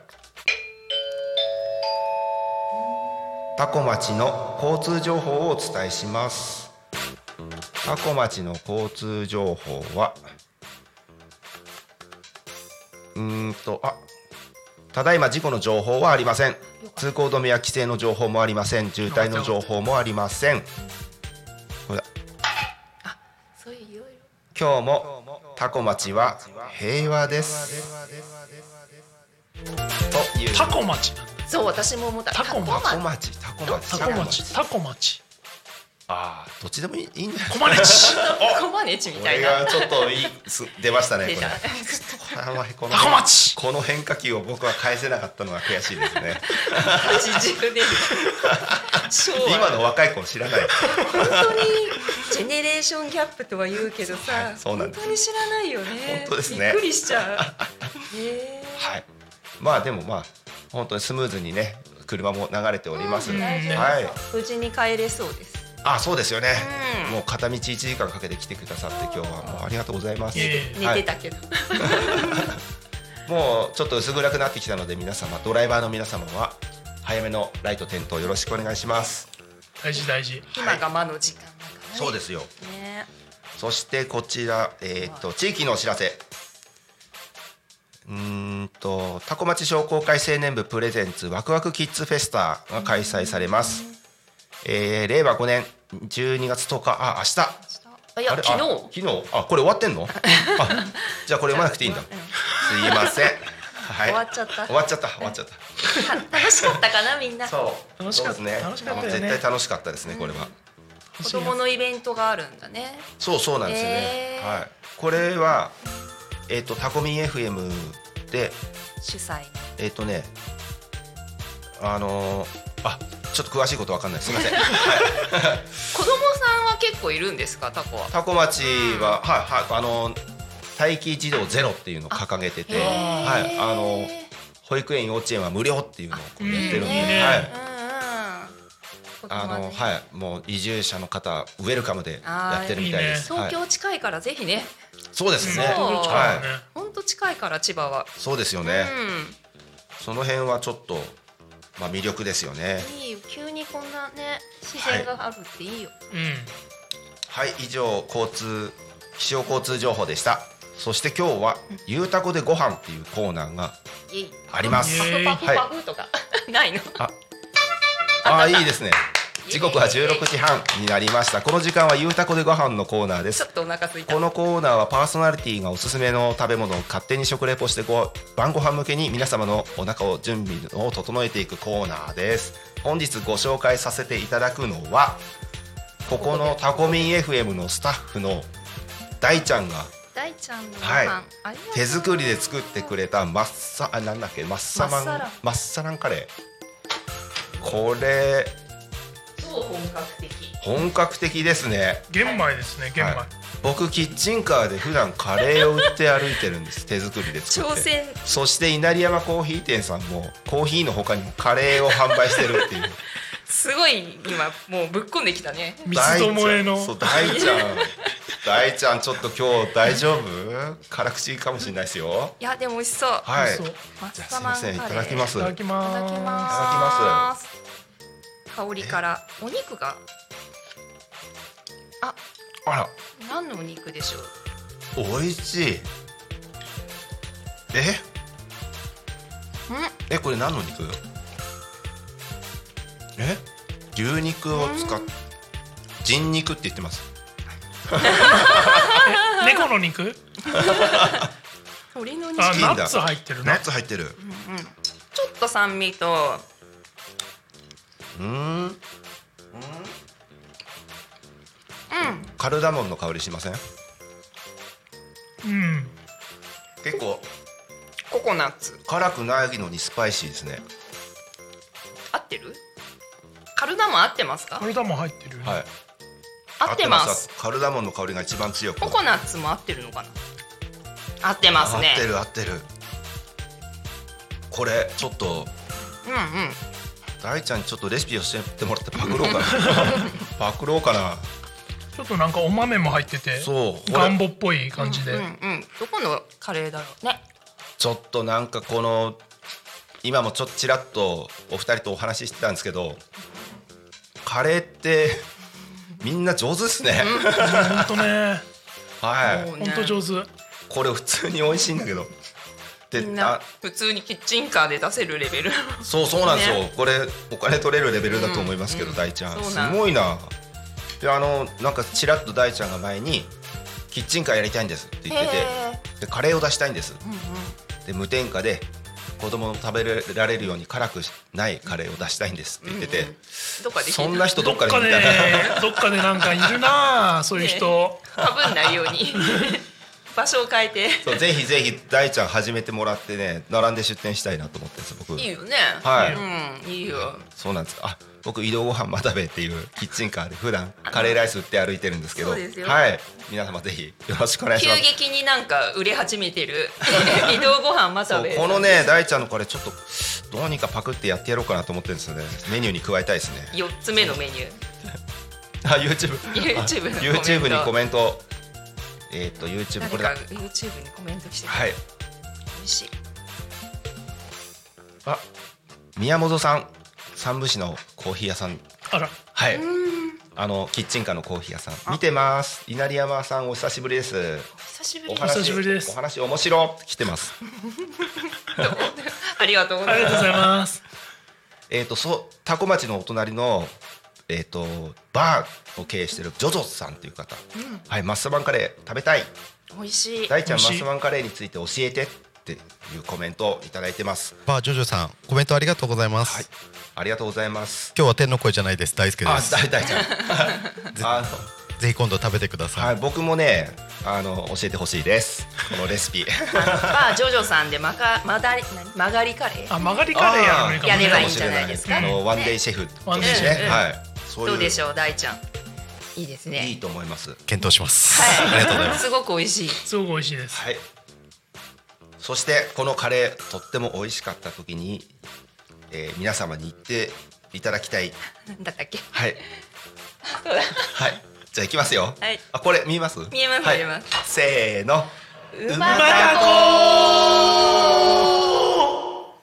S3: タコ町の交通情報をお伝えします。タコ町の交通情報は、うーんとあ、ただいま事故の情報はありません。通行止めや規制の情報もありません。渋滞の情報もありません。これだ
S8: そういういろいろ
S3: 今日もタコ町は平和です。という
S7: タコ町なんだ
S8: そう私も思った
S7: タコも
S3: タコ
S8: も
S3: 町タコ町
S7: タコ町タコ町
S3: ああどっちでもいいいいんだよ。
S7: コマネチ
S8: コマネチみ
S3: こ
S8: たい
S3: れ
S8: な
S3: がちょっといいす出ましたねこれ。
S8: 出た
S3: これはこの
S7: タコ町
S3: この変化球を僕は返せなかったのは悔しいですね。
S8: 80年昭和
S3: 今の若い子知らない。
S8: 本当にジェネレーションギャップとは言うけどさ、
S3: はいそうなん
S8: 本
S3: です
S8: 当に知らないよね
S3: 本当ですね
S8: びっくりしちゃうへえ
S3: はい。まあでもまあ本当にスムーズにね車も流れております、
S8: うん大丈夫ですよ
S3: はい
S8: 無事に帰れそうです。
S3: あそうですよね、
S8: うん
S3: もう片道1時間かけて来てくださって今日はもうありがとうございます、
S7: いえい
S8: 寝てたけど。
S3: もうちょっと薄暗くなってきたので皆様ドライバーの皆様は早めのライト点灯よろしくお願いします、
S7: 大事大事
S8: 今が魔の時間だから。。
S3: そうですすよ
S8: ね。
S3: そしてこちら、えーっと地域のお知らせうーんとタコ町商工会青年部プレゼンツワクワクキッズフェスタが開催されます、えー令和5年12月10日あ明日
S8: あいや
S3: あれ
S8: 昨日。
S3: あ昨日あこれ終わって んのあじゃあこれ読まなくていいんだす
S8: うん
S3: いません、はい、
S8: 終わっちゃった
S3: 終わっちゃった終わっちゃった
S8: 楽しかったかなみんな。子
S3: そう
S7: 楽しかった
S3: そうですね
S7: 楽しかったよね
S3: 絶対楽しかったですねこれは、
S8: 供のイベントがあるんだね。
S3: そうそうなんですよね、
S8: へー
S3: はいこれはえっ、とタコミン FM で
S8: 主催の。
S3: えっ、とねあのーあちょっと詳しいことわかんないすみま せん
S8: 子供さんは結構いるんですかタコは。
S3: タコ町は、はいはいあのー待機児童ゼロっていうのを掲げてて、はい、あのー保育園幼稚園は無料っていうのをこうやってるんで、
S8: あいいね
S3: はい、
S8: うんうん。
S3: あの
S8: い。
S3: はいもう移住者の方ウェルカムでやってるみたいです。
S8: 東
S3: はい、
S8: 京近いからぜひね。
S3: そうですね。
S8: そう
S3: は
S7: ね
S3: い、
S8: ほんと近いから千葉は。
S3: そうですよ
S8: う
S3: ね。
S8: ん。
S3: その辺はちょっとまあ魅力ですよね。
S8: いいよ急にこんなね自然があるっていいよ。
S7: うん
S3: はい、以上交通気象交通情報でした。そして今日はゆうたこでご飯っていうコーナーが
S8: イエイ
S3: あります。
S7: イエーイ
S8: パフパフとか ないの。
S3: ああいいですね。
S8: イエーイ
S3: 時刻は16時半になりました。この時間はゆうたこでご飯のコーナーで
S8: ち
S3: す
S8: ょっ。とお腹空いた。
S3: このコーナーはパーソナリティがおすすめの食べ物を勝手に食レポしてご晩ご飯向けに皆様のお腹を準備を整えていくコーナーです本日ご紹介させていただくのはここのタコミン FM のスタッフの大ちゃんが
S8: 大ちゃんのご飯、
S3: はい
S8: ありがとう
S3: 手作りで作ってくれたマッサあなんだっけマッサマン
S8: マッサラン
S3: マッサランカレーこれ
S8: 超本格的
S3: 本格的ですね
S7: 玄米ですね玄米
S3: はい僕キッチンカーで普段カレーを売って歩いてるん です手作りで作って
S8: 挑戦
S3: そして稲荷山コーヒー店さんもコーヒーの他にもカレーを販売してるっていう
S8: すごい今もうぶっこんできたね
S7: 三つどもえの
S3: そう大ちゃん大ちゃんちょっと今日大丈夫辛口かもしれないですよ
S8: いやでも美味しそう
S3: はい
S7: そうい
S8: マ
S3: じゃ
S8: ッ
S3: あす
S8: サ
S3: い
S8: マ
S3: ま
S8: ンカ
S3: せ
S8: レ
S3: んい
S8: ー
S3: ただき
S8: い
S3: ます
S7: ただき
S8: ただき
S7: ま
S8: ます香りからお肉が
S3: あら
S8: 何のお肉でしょう
S3: 美味しいええこれ何の肉え牛肉を使っ人肉って言ってます
S7: す猫の肉
S8: 鶏の肉
S7: あ
S3: チキン
S7: ナ
S3: だ
S7: ッツ入ってる
S3: ナ
S7: ね
S3: ッツ入ってる
S8: ちょっと酸味と
S3: うーんカルダモンの香りしません
S7: うん
S3: 結構
S8: ココナッツ
S3: 辛くないのにスパイシーですね
S8: 合ってるカルダモン合ってますか
S7: これだもん入ってるよね
S3: はい
S8: 合ってます
S3: カルダモンの香りが一番強く
S8: ココナッツも合ってるのかな合ってますね
S3: 合ってる合ってるこれちょっと
S8: うんうん
S3: 大ちゃんにちょっとレシピを教えてもらってパクろうかな パクろうかな
S7: ちょっとなんかお豆も入ってて
S3: そうこ
S7: ガン
S3: れ
S7: ボっぽい感じで、
S8: うんうん、どこのカレーだろうね。
S3: ちょっとなんかこの今もちょっとちらっとお二人とお話ししてたんですけどカレーってみんな上手ですね、
S7: 本当ね
S3: はい
S7: 本当上手
S3: これ普通に美味しいんだけどで
S8: みん
S3: あ
S8: な普通にキッチンカーで出せるレベル。
S3: そうそうなんですよ、
S8: ね
S3: これお金取れるレベルだと思いますけど、
S8: うん
S3: 大ちゃん
S8: そう
S3: す
S8: なん
S3: ごいなであのなんかちらっと大ちゃんが前にキッチンカーやりたいんですって言っててでカレーを出したいんです、で無添加で子供の食べられるように辛くないカレーを出したいんですって言ってて、
S8: うんうんどっかで
S3: そんな人ど
S7: ど
S3: っ
S7: っ
S3: かで
S7: か
S3: 見
S7: で
S3: たな、
S7: どっかでなんかいるなあそういう人
S8: かぶんないよう に場所を変えて。
S3: そうぜひぜひ大ちゃん始めてもらってね並んで出店したいなと思ってるんです僕
S8: いいよね。
S3: はい、
S8: うん、いいよ。
S3: そうなんですあ僕移動ご飯またべっていうキッチンカーで普段カレーライス売って歩いてるんですけど
S8: そうですよ
S3: はい皆様ぜひよろしくお願いし
S8: 急
S3: ます
S8: 激になんか売れ始めてる移動ご飯また
S3: そう
S8: べ。
S3: このね大ちゃんのカレーちょっとどうにかパクってやってやろうかなと思ってるんですよねメニューに加えたいですね
S8: 4つ目のメニュー
S3: あ YouTube
S8: YouTube のコメント
S3: YouTube にコメントえーっと YouTube こ
S8: 誰
S3: れ
S8: か
S3: だ
S8: YouTube にコメント来て
S3: はい
S8: 嬉しい
S3: あ宮本さん三部市のコーヒー屋さん
S7: あら
S3: はいあのキッチンカーのコーヒー屋さん見てます稲荷山さんお久しぶりです
S8: お久しぶ
S3: お
S8: り
S3: 話
S7: お久しぶりです
S3: お話面白来てます
S8: ありがとうご
S7: あ
S8: ざ
S7: り
S8: い
S7: が
S8: ま
S7: とうございます
S3: えー、とそう多古町のお隣の、えー、とバーを経営してるジョジョスさんという方、はい、マッサマンカレー食べたい
S8: す美味しい
S3: 大ちゃん
S7: 美
S3: マ
S7: 味し
S3: ッ
S7: い
S3: サマンカレーについて教えてっていうコメントをいただいてます
S9: バージョジョさんコメントありがとうございます、
S3: はいありがとうございます
S9: 今日は天の声じゃないです大輔で
S3: あ
S9: す
S3: 大大ちゃん あ
S9: ぜひ今度食べてください、
S3: はい僕もねあの教えてほしいですこのレシピ
S8: まあジョジョさんでまかまだり何曲がりカレー
S7: あ曲がりカレーやるのいいかも
S8: やればいいん
S7: ね
S8: じゃないですか
S3: あのワンデイシェフとして
S8: うん
S3: ね
S8: うん
S3: はいそ
S8: どうでし
S3: ょ
S8: ょう大ちゃんいいですね
S3: いいと思います
S9: 検討します、
S8: はい
S9: ありがとうございます
S8: すごく美味しい
S7: すごく美味しいです
S3: はい。そしてこのカレーとっても美味しかった時に、えー皆様に言っていただきたい。
S8: なんだったっけ
S3: はい。
S8: そう
S3: は
S8: だ
S3: い。じゃあ行きますよ。
S8: はい
S3: あこれ見えます？
S8: 見えます
S3: はい
S8: 見えます。
S3: せーの。
S8: う
S3: ま
S8: た
S3: こ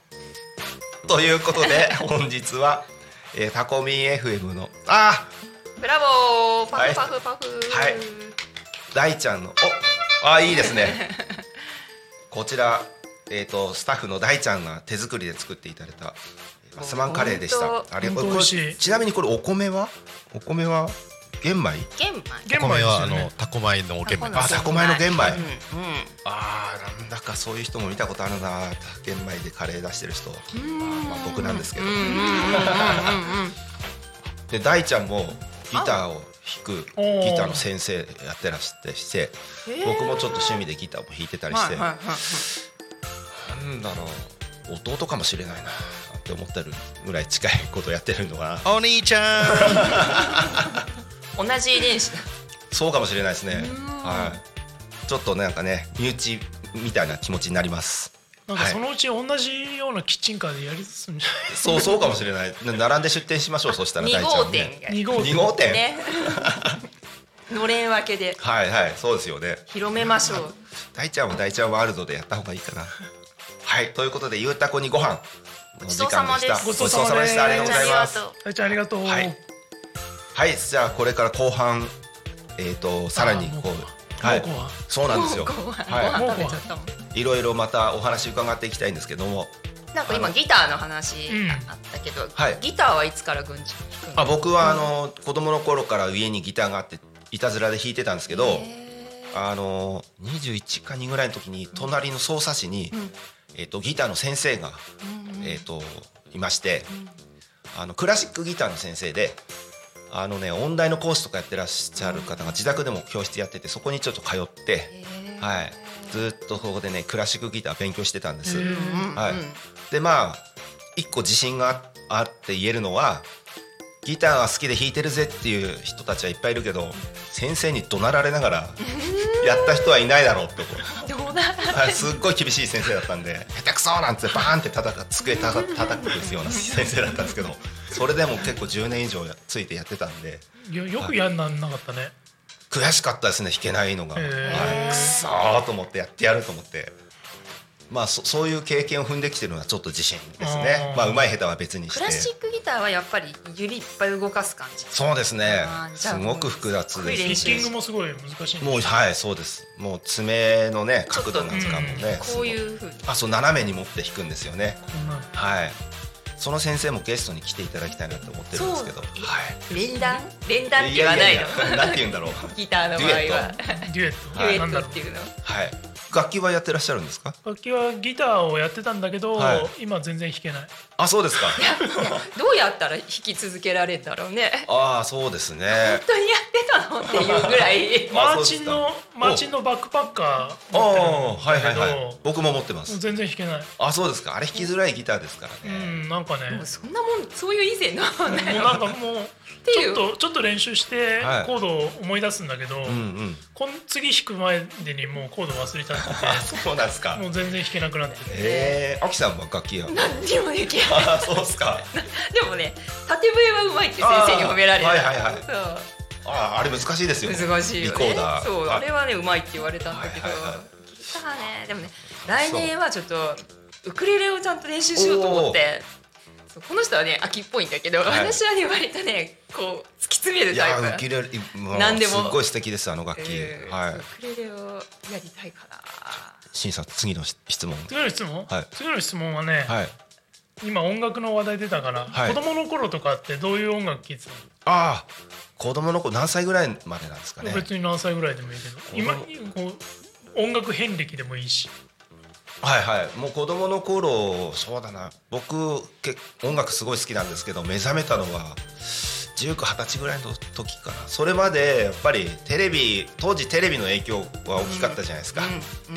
S3: ということで本日は、えータコミン FM のあ
S8: ブラボーパ
S3: はい
S8: フパフパフ
S3: はい大ちゃんのおあいいですね。 こちらえっ、とスタッフの大ちゃんが手作りで作っていただいた。マスマンカレーでし
S8: 本
S3: た。あれ
S7: 本当美味しい
S3: ちなみにこれお米はお米は玄米？
S8: 玄米
S9: お米はあ
S7: ですよ
S9: のタコ米のおけ米
S3: あタコ米の玄米
S8: うんうん
S3: あーなんだかそういう人も見たことあるな玄米でカレー出してる人あーまあ僕なんですけどで大ちゃんもギターを弾く
S7: おー
S3: ギターの先生やってらしてして僕もちょっと趣味でギターも弾いてたりして、
S8: はいはい
S3: なんだろう弟かもしれないなって思ってるぐらい近いことやってるのかな
S9: お兄ちゃん
S8: 同じ遺伝子だ
S3: そうかもしれないですねはいちょっとなんかね身内みたいな気持ちになります
S7: なんか
S3: はい
S7: そのうち同じようなキッチンカーでやりつつんじゃ
S3: そうそうかもしれないな並んで出店しましょうそしたら
S8: 二
S3: 大ち
S8: 号
S3: ゃん
S8: 店
S3: ね
S8: が
S7: ない2号
S3: 2号店
S8: ねのれん分けで
S3: はいはいそうですよね
S8: 広めましょう
S3: 大ちゃんは大ちゃんワールドでやった方がいいかなはいということでゆうたこにご飯の時間でしたご
S7: ごちそう
S3: ちそう
S7: さ
S3: さま
S7: まで
S3: で
S7: し
S3: したたありがとうございます
S7: 大ちゃんありがとう、
S3: はいはいじゃあこれから後半えっ、とさらに
S7: あー
S3: こ
S7: も
S3: うはい
S7: もう後半
S3: そうなんですよ
S8: ご飯
S3: は
S8: ご飯食べちゃったもん
S3: いいろいろまたお話伺っていきたいんですけども
S8: なんか今ギターの話
S7: うん
S8: あったけど、
S3: はい
S8: ギターはいつから軍事弾くの
S3: あ僕はあの子供の頃から家にギターがあっていたずらで弾いてたんですけどあの21か2ぐらいの時に隣の操作士に、えっとギターの先生が、えっといまして、あのクラシックギターの先生で。あのね音大の講師とかやってらっしゃる方が自宅でも教室やっててそこにちょっと通って、はい、ずーっとここでねクラシックギター勉強してたんです。はい、でまあ一個自信がああって言えるのはギターが好きで弾いてるぜっていう人たちはいっぱいいるけど先生に怒鳴られながらやった人はいないだろうってこうはいすっごい厳しい先生だったんで下手くそなんつってバーンって叩く机たた叩くですような先生だったんですけどそれでも結構10年以上やついてやってたんで
S7: よよくやんなんなかったね
S3: 悔しかったですね弾けないのが、
S7: へー
S3: はい、くそーと思ってやってやると思ってまあそそういう経験を踏んできてるのはちょっと自信ですね
S7: あー
S3: まあ上手い下手は別にして
S8: クラシックギターはやっぱり指いっぱい動かす感じ
S3: そうですね
S8: あーじゃ
S3: す
S8: あ
S3: ごく複雑
S8: もう
S3: で
S7: ピッ
S3: す
S7: キング
S3: ね
S7: もすごい難しい
S3: もうはいそうですもう爪のね
S8: ちょっと
S3: 角度なんかもねす
S8: こ
S3: ご
S8: う
S3: い
S8: いうふうに
S3: あそう斜めに持って弾くんですよね
S7: こんな
S3: はいその先生もゲストに来ていただきたいなと思ってるんですけど
S8: そう
S3: は
S8: 連弾連弾っ
S3: い
S8: て言わないの
S3: やや やなんて言うんだろう
S8: ギターの場合
S3: デュエ
S8: は
S3: ッ
S7: デュエット
S8: デュエ
S7: なんだ
S8: ッ
S7: ろ
S8: ト
S7: う
S8: っていうの
S3: はい楽器はやってらっしゃるんですか
S7: 楽器はギターをやってたんだけど、
S3: はい
S7: 今全然弾けない
S3: あそうですか
S8: どうやったら弾き続けられるんだろうね
S3: ああそうですね
S8: 本当にやってたのっていうぐらい
S7: マーチンのマーチンのバックパッカー
S3: おお
S7: 持ってるん
S3: はい
S7: だ
S3: はい
S7: けど
S3: はい僕も持ってます
S7: 全然弾けない
S3: あそうですかあれ弾きづらいギターですから
S7: う
S3: ね、
S7: んなんかね
S8: もうそんなもんそういう以前の
S7: もうなんかもう
S8: て
S7: ち
S8: い
S7: ょ
S8: う
S7: っとちょっと練習して
S3: はい
S7: コードを思い出すんだけど、
S3: うん、うん
S7: こん次弾く前でにもうコード忘れちゃって
S3: あそうなんですか
S7: もう全然弾けなくなってる
S3: ええー、あきさんは楽器や
S8: 何にもできない
S3: あそうですか
S8: でもね縦笛はうまいって先生に褒められた
S3: あーはいはいはい
S8: そう
S3: ああれ難しいですよ
S8: 難しいよね
S3: リコーダー
S8: そう
S3: はい
S8: あれはねうまいって言われたんだけど、
S3: はいはいはい
S8: ギターねでもね来年はちょっとウクレレをちゃんと練習しようと思ってそうこの人はね秋っぽいんだけど、
S3: い
S8: 私はね割とねこう突き詰める
S3: い
S8: タ
S3: や
S8: イプ
S3: ーウキレレもう
S8: 何でも
S3: すっごい素敵ですあの楽器、
S8: えー
S3: は
S8: そ
S3: いう
S8: ウクレレをやりたいかな
S3: 審査次の質問
S7: 次の質問、
S3: はい
S7: 次の質問はね、
S3: はい
S7: 今音楽の話題出たから、
S3: はい
S7: 子供の頃とかってどういう音楽聴いてたの
S3: ああ子供の子何歳ぐらいまでなんですかね
S7: 別に何歳ぐらいでもいいけど今こう音楽遍歴でもいいし
S3: はいはいもう子供の頃そうだな僕け音楽すごい好きなんですけど目覚めたのは1920歳ぐらいの時かなそれまでやっぱりテレビ当時テレビの影響は大きかったじゃないですか、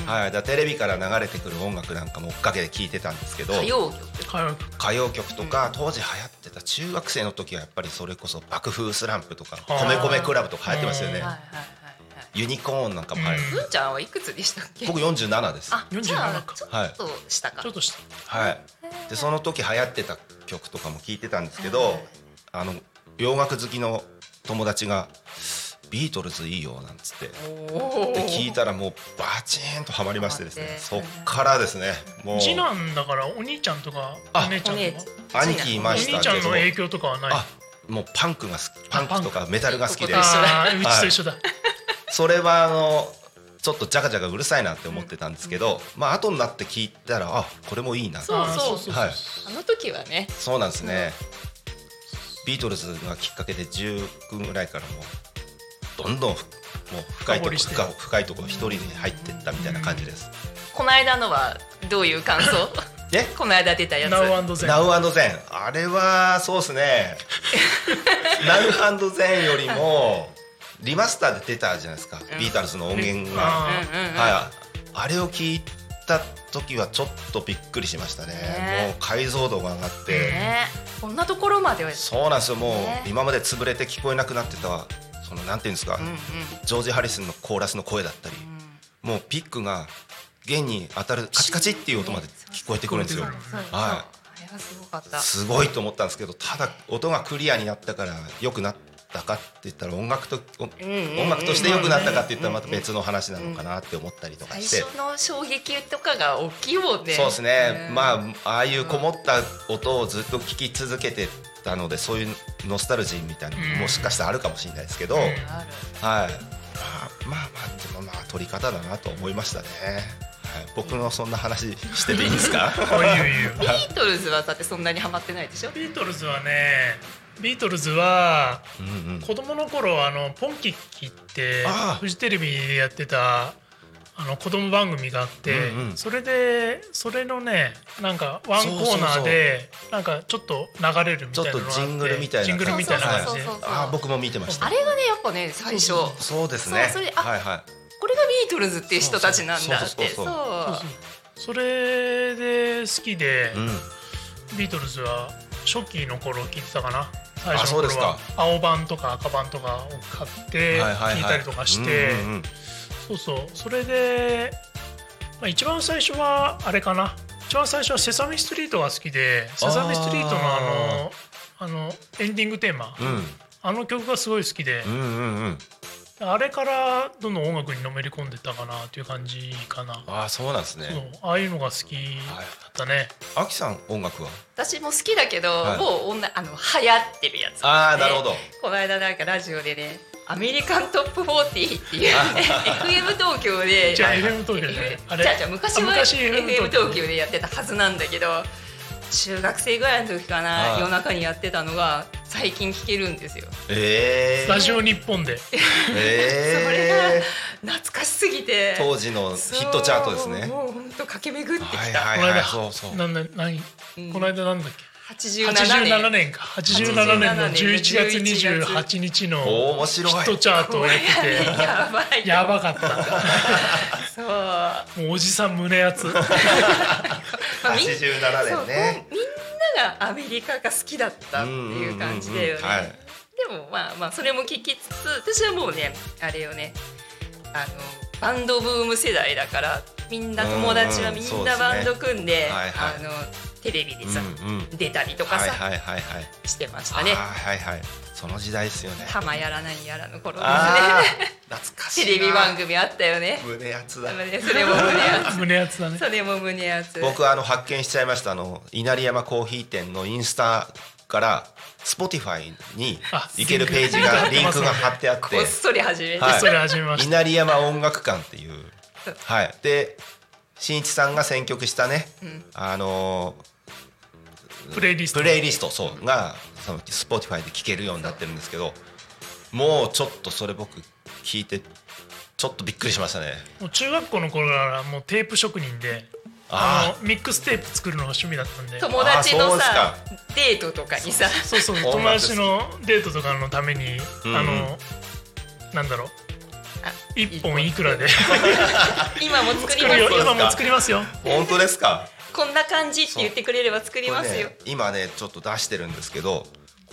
S3: はい、だからテレビから流れてくる音楽なんかも追っかけて聴いてたんですけど
S8: 歌謡曲
S7: 歌謡
S3: 歌謡曲とか、当時流行ってた中学生の時はやっぱりそれこそ爆風スランプとか
S7: あー
S3: 米米クラブとか流行ってましたよね、
S8: はいはいはいはい
S3: ユニコーンなんかも流行って、
S7: うん
S8: ふんちゃんはいくつでしたっけ
S3: 僕47です
S8: あじゃ
S7: 47
S8: あ
S7: か
S8: ちょっ
S3: はい
S8: と下か、
S7: 曲ちょっとした
S3: はい、でその時流行ってた曲とかも聞いてたんですけどあの洋楽好きの友達が「ビートルズいいよ」なんつって
S8: おー
S3: で聞いたらもうバチーンとハマりましてですね
S8: ハ
S3: そ
S8: マ
S3: っ
S8: って
S3: からですねもう
S7: 次男だからお兄ちゃんとか
S3: あ
S7: お姉ちゃん
S8: お
S7: と
S8: 姉
S7: か
S8: ちゃん
S3: 兄貴い
S7: お
S3: まし
S7: 兄
S3: た
S7: ちゃん
S3: けど
S7: の影響とかはない
S3: あもうパンクが好きパンクとかメタルが好きで
S8: あパンク
S7: あーう
S3: だ
S7: ち と一緒だ
S3: それはあのちょっとジャカジャカうるさいなって思ってたんですけど、まあ後になって聞いたらあこれもいいなって
S8: そう
S7: あー
S8: そう
S3: はい
S8: あの時はね
S3: そうなんですね、ビートルズがきっかけで10ぐらいからもうどんどんふもう深いとこ
S7: 深掘りして
S3: 深深いところ一人で入ってったみたいな感じです。
S8: この間のはどういう感想
S3: え
S8: この間出たやつ
S7: ナウアンドゼン
S3: ナウアンドゼンあれはそうですねナウアンドゼンよりもリマスターで出たじゃないですか、ビートルズの音源が、
S7: あー
S8: うんうんうん
S3: はい、あれを聞いた時はちょっとびっくりしましたね
S8: ね
S3: もう解像度が上がって、
S8: ねこんなところまでは
S3: そうなんですよもう、
S8: ね
S3: 今まで潰れて聞こえなくなってたそのなんていうんですか、
S8: うんうん
S3: ジョージ・ハリスンのコーラスの声だったり、もうピックが弦に当たるカチカチっていう音まで聞こえてくるんですよ。
S8: そうそう
S3: は
S8: あれはすごかっ
S3: い、
S8: た
S3: すごいと思ったんですけどただ音がクリアになったから良くなったかって言ったら音楽とお音楽として良くなったかって言ったらまた別の話なのかなって思ったりとか
S8: 最
S3: して。
S8: 初の衝撃とかが大きいもんね
S3: そうですね、
S8: ん
S3: まあああいうこもった音をずっと聴き続けてたのでそういうノスタルジーみたいなのももしかしたらあるかもしれないですけど、はい
S7: ん
S8: ある
S3: まあまあまあでもまあ取り方だなと思いましたね、はい、僕のそんな話してていいですか
S7: こういういう
S8: ビートルズはだってそんなにハマってないでしょ
S7: ビートルズはねビートルズは
S3: うん、うん、
S7: 子供の頃あのポンキッキって
S3: ああ
S7: フジテレビでやってたあの子供番組があって、
S3: うんうん
S7: それでそれのねなんかワンコーナーでなんかちょっと流れるみたいなのが
S3: ちょっ
S7: あって
S3: とジングルみたいな
S7: ジングルみたいな
S8: そう
S7: 感
S8: そう
S7: じで
S8: そうそう
S3: ああ僕も見てました
S8: あれがねやっぱね最初
S3: そうですね
S8: そうそれあ
S3: はいはい
S8: これがビートルズっていう人たちなんだって
S3: そ
S8: そうう
S3: そう
S7: それで好きで、
S3: うん
S7: ビートルズは初期の頃聞いてたかな最
S3: あ
S7: 初
S3: そう
S7: の
S3: です
S7: 頃は
S3: か
S7: 青版とか赤版とかを買って
S3: はいはいはい
S7: 聞いたりとかして、
S3: うんうんうん
S7: そうそうそれで、まあ、一番最初はあれかな一番最初は「セサミストリート」が好きで「セサミストリートの」あのあのエンディングテーマ、あの曲がすごい好きで
S3: う、んうんうんうん
S7: あれからどんどん音楽にのめり込んでったかなという感じかな、
S3: ああそうなんです
S7: そう
S3: ね
S7: ああいうのが好きだね、
S3: あきさん音楽は
S8: 私も好きだけど、
S3: はい
S8: もう女あの流行ってるやつ、
S3: ああなるほど
S8: この間なんかラジオでねアメリカントップ40っていうね FM 東京で
S7: じゃあ FM 東京じゃないあれ
S8: じゃあじゃあ昔は
S7: あ昔
S8: FM
S7: FM
S8: 東京でやってたはずなんだけど中学生ぐらいの時かな、
S3: はい
S8: 夜中にやってたのが最近聞けるんですよ、
S3: ええ
S7: ラジオ日本で
S3: え
S8: そ
S3: え
S8: れが懐かしすぎて
S3: 当時のヒットチャートですね。
S8: そうもう本当駆け巡ってきた、
S3: はいはい
S7: この
S3: はい、
S7: 間
S3: そうそう。
S7: なんだ何
S8: うん
S7: この間なんだっけ
S8: は87
S7: 87年
S8: 年
S7: か87年の11月28日の
S3: おー面
S7: ヒ
S3: 白い
S7: ットチャートをやって
S8: やばい
S7: てやばかった
S8: そう、ま
S7: もうおじさん 胸熱
S3: 87
S8: あ、みんな
S3: 年ね
S8: みんながアメリカが好きだったっていう感じだ
S3: うんう
S8: よね、
S3: んうんはい
S8: でもまあまあそれも聞きつつ私はもうねあれよねあのバンドブーム世代だからみんな友達はみ
S3: うんうん
S8: んな
S3: そう
S8: バ
S3: ですね
S8: ンド組んで,、
S3: はいはい
S8: あのテレビでさ、
S3: うんうん
S8: 出たりとか
S3: はい
S8: さ、
S3: はいはいはい
S8: してました
S3: はい
S8: ね
S3: はいはいその時代ですよね
S8: たまやらないやらの頃です
S3: ああ懐かしい
S8: ね
S3: な
S8: テレビ番組あったよね
S3: 胸熱だ
S8: ねそれも胸熱
S7: 胸熱だね
S8: それも胸熱
S3: 僕あの発見しちゃいましたあの稲荷山コーヒー店のインスタから Spotify に
S7: あ
S3: 行けるページがリンクが貼ってあっ
S8: こ
S3: て
S8: っそり始めて、
S3: はい
S7: それ始めました
S3: 稲荷山音楽館っていうはいで新一さんが選曲したね、あのー
S7: プレイリスト
S3: プレイリストそうがその Spotify で聴けるようになってるんですけどもうちょっとそれ僕聞いてちょっとびっくりしましたね
S7: もう中学校の頃からもうテープ職人であ
S3: あ
S7: のミックステープ作るのが趣味だったんで
S8: 友達の
S3: あ
S8: さデートとかにさ
S7: そうそう
S3: そう
S7: 友
S3: なんです
S7: 達のデートとかのために、
S3: うん
S7: あのなんだろう
S8: あ
S7: 一本いくらで
S8: 今も作り
S7: 作
S8: ま
S7: る
S8: す
S7: よ
S8: よ
S7: 今も作りますよ
S3: 本当ですか
S8: こんな感じって言ってくれれば作りますよ
S3: これね、今ねちょっと出してるんですけど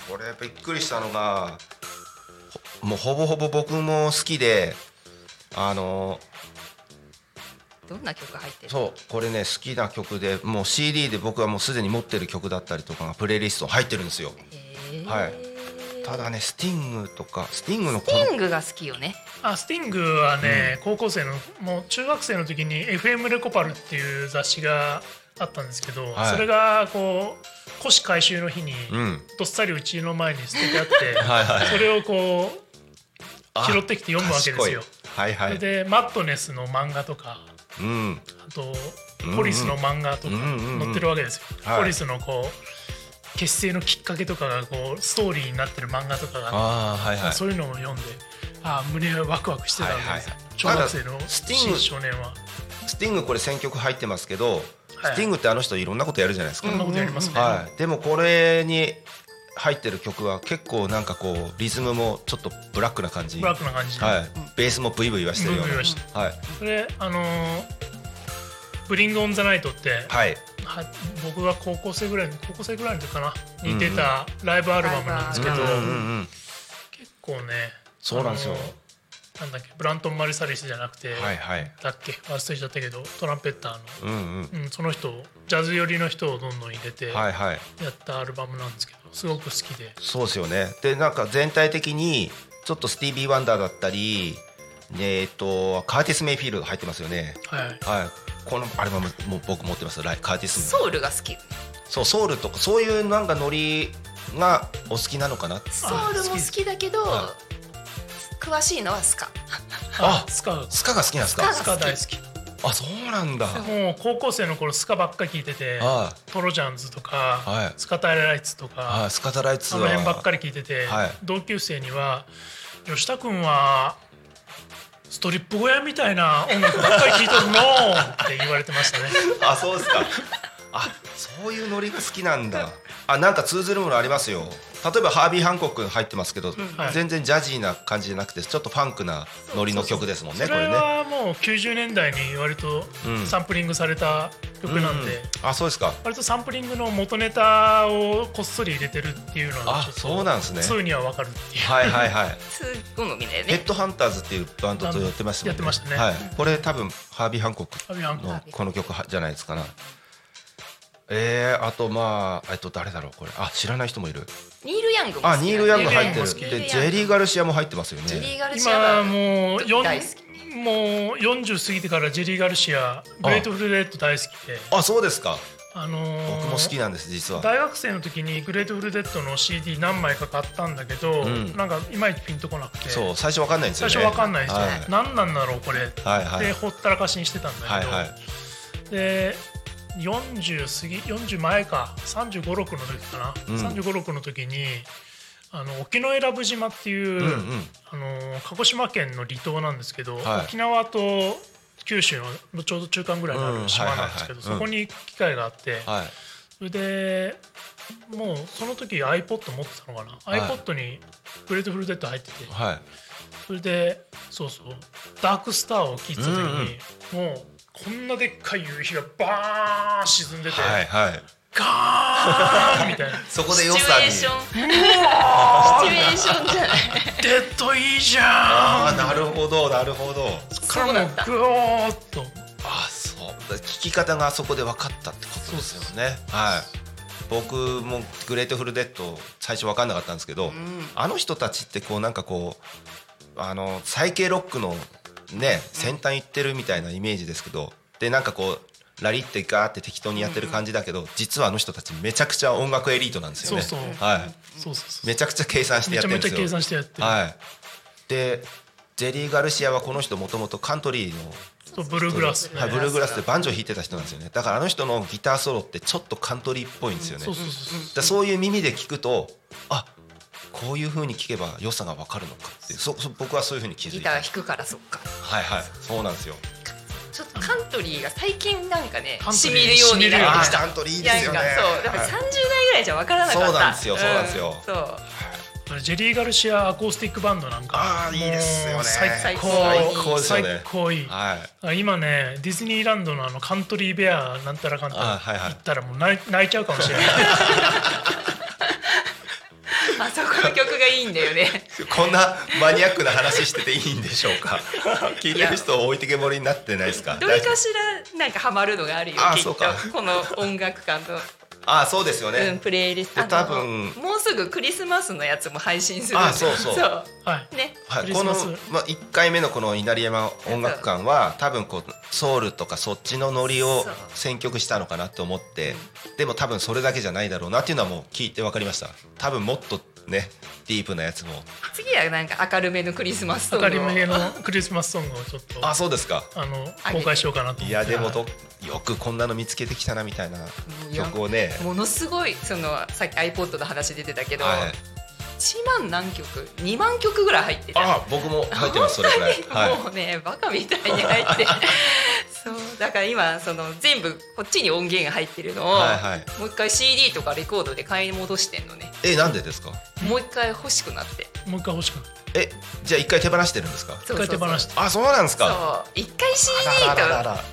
S3: これびっくりしたのがほもうほぼほぼ僕も好きであの
S8: どんな曲入ってる
S3: そうこれね好きな曲でもう CD で僕はもうすでに持ってる曲だったりとかがプレイリスト入ってるんですよ
S8: へー
S3: はいただねスティングとかスティングのこ
S8: スティン
S3: の
S8: グが好きよね
S7: あスティングはね、高校生のもう中学生の時に「FM レコパル」っていう雑誌があったんですけど、
S3: はい
S7: それがこう古紙回収の日に、
S3: うん
S7: どっさりうちの前に捨ててあって
S3: はいはい
S7: それをこう
S3: あ
S7: 拾ってきて読むわけですよ
S3: 賢いはいは
S7: それ
S3: い
S7: でマットネスの漫画とか
S3: うん
S7: あとポリスの漫画とか載ってるわけですよ。
S3: うんうんはい
S7: ポリスのこう結成のきっかけとかがこうストーリーになってる漫画とかがあっ
S3: ああはい
S7: て
S3: はい
S7: そういうのを読んであー胸がワクワクしてたん
S3: はいは
S7: で
S3: い
S7: すよ小学生の
S3: まだスティング
S7: 新少年は
S3: スティングこれ選曲入ってますけど
S7: はい
S3: スティングってあの人いろんなことやるじゃないですか
S7: こんなことやりますね。
S3: はい、でもこれに入ってる曲は結構なんかこうリズムもちょっとブラックな感じ
S7: ブラックな感じで、
S3: はい、ベースもブイブイはしてるよう
S7: ブイブイはし
S3: なはい、
S7: それあのーブリングオンザナイトって、
S3: はい、
S7: は僕が高校生ぐらいの高校生ぐらいの時かなに出たライブアルバムなんですけど、
S8: うん
S3: うんうん
S7: 結構ね
S3: そうなんですよ
S7: あのーなんだっけブラントン・マルサリスじゃなくて、
S3: はいはい
S7: だっけ忘れちゃったけどトランペッター
S3: うんうん
S7: の、うん、その人をジャズ寄りの人をどんどん入れて
S3: は
S7: や
S3: いはい
S7: ったアルバムなんですけどすごく好きで
S3: そうですよねでなんか全体的にちょっとスティービー・ワンダーだったりえっ、とカーティス・メイフィールド入ってますよね
S7: はい
S3: はいこのアルバムもう僕持ってますライカーティス・メイフィールド
S8: ソウルが好き
S3: そうソウルとかそういうなんかノリがお好きなのかなって
S8: ソウルも好きだけど
S3: は
S8: 詳しいのはスカ
S7: あスカ
S3: スカが好きなんですか
S7: スカ大好き
S3: あそうなんだ
S7: もう高校生の頃スカばっか聞いてて
S3: は
S7: トロジャンズとか、
S3: はい
S7: スカタイラライツとか、
S3: いはいスカタライツ
S7: あ
S3: は
S7: の辺ばっかり聞いてて、
S3: はい
S7: 同級生には吉田君はストリップ小屋みたいな音楽ばっかり聴いとるのって言われてました ね。
S3: あそうですかあそういうノリが好きなんだあなんか通ずるものありますよ例えばハービー・ハンコック入ってますけど、
S7: はい
S3: 全然ジャジーな感じじゃなくてちょっとファンクなノリの曲ですもんね
S7: そ
S3: これ
S7: れ
S3: ね
S7: はもう90年代に割と
S3: うん
S7: サンプリングされた曲なんで、
S3: うんあそうですか
S7: 割とサンプリングの元ネタをこっそり入れてるっていうのが
S3: あ
S7: ちょっと
S3: そうなんですね
S7: 通にはわかるっていう、
S3: はいはいはい
S8: 通好みだよ
S3: ヘ
S8: ね
S3: ッドハンターズっていうバンドとやってましたもんね
S7: やってましたね
S3: はい、これ多分ハービー・ハンコック
S7: ハービーハンコッ
S3: のこの曲はじゃないですかなえー、あとまあえっと誰だろうこれあ知らない人もいる
S8: ニール・ヤングも好き
S3: あニール・ヤング入っ
S7: ニールヤングも好
S3: て
S7: き
S3: るでジェリー・ガルシアも入ってますよ
S8: ジェリー・
S3: ね
S8: ガルシア
S7: 今
S8: は
S7: もうよん
S8: 大好き
S7: もう40過ぎてからジェリー・ガルシア「グレートフル・レッド」大好きで、
S3: あそうですか
S7: あのー
S3: 僕も好きなんです実は
S7: 大学生の時にグレートフルデッドの CD 何枚か買ったんだけど、
S3: ん
S7: なんかいまいちピンとこなくて
S3: そう最初わかんないんですよ
S7: 最
S3: ね
S7: 初わかんないんですよ、
S3: は
S7: 何なんだろうこれ、
S3: はいはい
S7: でほったらかしにしてたんだ
S3: はい
S7: けど、
S3: はい
S7: で40過ぎ40前か3 5 6の時かな、
S3: ん
S7: 3 5 6の時にあの沖永良部島っていう、
S3: うんうん
S7: あの鹿児島県の離島なんですけど、
S3: はい
S7: 沖縄と九州のちょうど中間ぐらいにある島なんですけど、
S3: うんはいはいはい
S7: そこに行く機会があって、
S3: はい
S7: それでもうその時 iPod 持ってたのかな、
S3: はい
S7: iPod にグレートフルデッド入ってて
S3: はい
S7: それでそうそうダークスターを聴いてた時に、もうこんなでっかい夕日がバーン沈んでて、
S3: はいはい
S7: ガーンみ たいな
S3: そこで
S8: シチ
S3: 予
S8: ュ
S3: 算
S8: エー
S3: に
S8: ションシチュエーションじゃない
S7: デッドいいじゃん
S3: ああなるほどなるほど
S8: そうなんだ
S7: グローっと
S3: あそうだ聞き方があそこで分かったってことですよねはい僕も「グレートフルデッド」最初分かんなかったんですけど、あの人たちってこうなんかこうあのサイケロックのね先端行ってるみたいなイメージですけどでなんかこうラリってガーって適当にやってる感じだけど、実はあの人たちめちゃくちゃ音楽エリートなんですよ
S7: そう
S3: ね
S7: そう、
S3: はい、
S7: そうそうそう
S3: めちゃくちゃ計算して
S7: め
S3: やっ
S7: ちゃ
S3: てる
S7: め
S3: ん
S7: ち
S3: です
S7: ゃ
S3: よ
S7: 計算してやってる、
S3: はい、でジェリー・ガルシアはこの人もともとカントリーの
S7: そうブルーグラス、
S3: はい、ブルーグラスでバンジョー弾いてた人なんですよねだからあの人のギターソロってちょっとカントリーっぽいんですよね、
S7: そうそうそう
S3: だからそういう耳で聞くとあこういう風に聞けば良さが分かるのかってそそ僕はそういう風に気づ
S8: ギ
S3: いた
S8: ター
S3: はい
S8: 弾くからそっか
S3: はいそうなんですよ
S8: ちょっとカントリーが最近なんかね
S7: カント
S8: し
S7: リー
S8: みるようになっ
S3: あ
S8: て
S3: ー
S8: きた
S3: カントリーいいですよね
S8: なんかそうやっぱり30代ぐらいじゃ分からなかった
S3: そうなんですよそうなんですよ
S8: そう
S7: ジェリー・ガルシアアコースティックバンドなんか
S3: あーいいですよね
S7: もう最高
S8: 最
S3: 高ですよね
S7: 最高いい
S3: はい
S7: あ今ねディズニーランドのあのカントリーベアなんたらかんたら
S3: あはいはい
S7: 行ったらもう泣い泣いちゃうかも しれない
S8: あそこの曲がいいんだ よね
S3: こんなマニアックな話してていいんでしょう か聞いてる人置いてけぼりになってないですか
S8: どれかしらなんかハマるのがあるよ
S3: あー
S8: きっ
S3: そう
S8: と
S3: か
S8: この音楽感と、
S3: あそうですよね、
S8: うん、プレイリス
S3: で
S8: ト
S3: 多分
S8: あのもうすぐクリスマスのやつも配信する
S3: あそうそう
S8: そう
S7: はい
S8: ね
S3: は
S7: ク
S3: い、
S7: リ
S3: こ
S7: ス
S3: の
S7: マス、
S3: まあ、1回目のこの稲荷山音楽館は多分こうソウルとかそっちのノリを
S8: そう
S3: 選曲したのかなと思ってでも多分それだけじゃないだろうなっていうのはもう聞いて分かりました多分もっとねディープなやつも
S8: 次はなんか明るめのクリスマスソング
S7: 明
S8: を
S7: るめのクリスマスソングをちょっと
S3: あ
S7: あ
S3: そうですか
S7: の公開しようかなと思って
S3: いやでもとよくこんなの見つけてきたなみたいな曲をね
S8: ものすごいそのさっき iPod の話出てたけど、
S3: はい、
S8: 1万何曲2万曲ぐらい入ってた
S3: あ僕も入ってますそれぐら い、はい、
S8: もうねバカみたいに 入ってそうだから今その全部こっちに音源が入ってるのを、
S3: はいはい
S8: もう一回 CD とかレコードで買い戻してんのね
S3: えなんでですか
S8: もう一回欲しくなって
S7: もう一回欲しくなる
S3: えじゃあ1回手放してるんですか
S8: そ
S7: 一
S8: うそう
S7: 回
S8: そ
S7: 手
S8: う
S7: 放して
S3: あそうなんです
S8: そう
S3: か
S8: 一回 CD
S3: あららららら
S8: と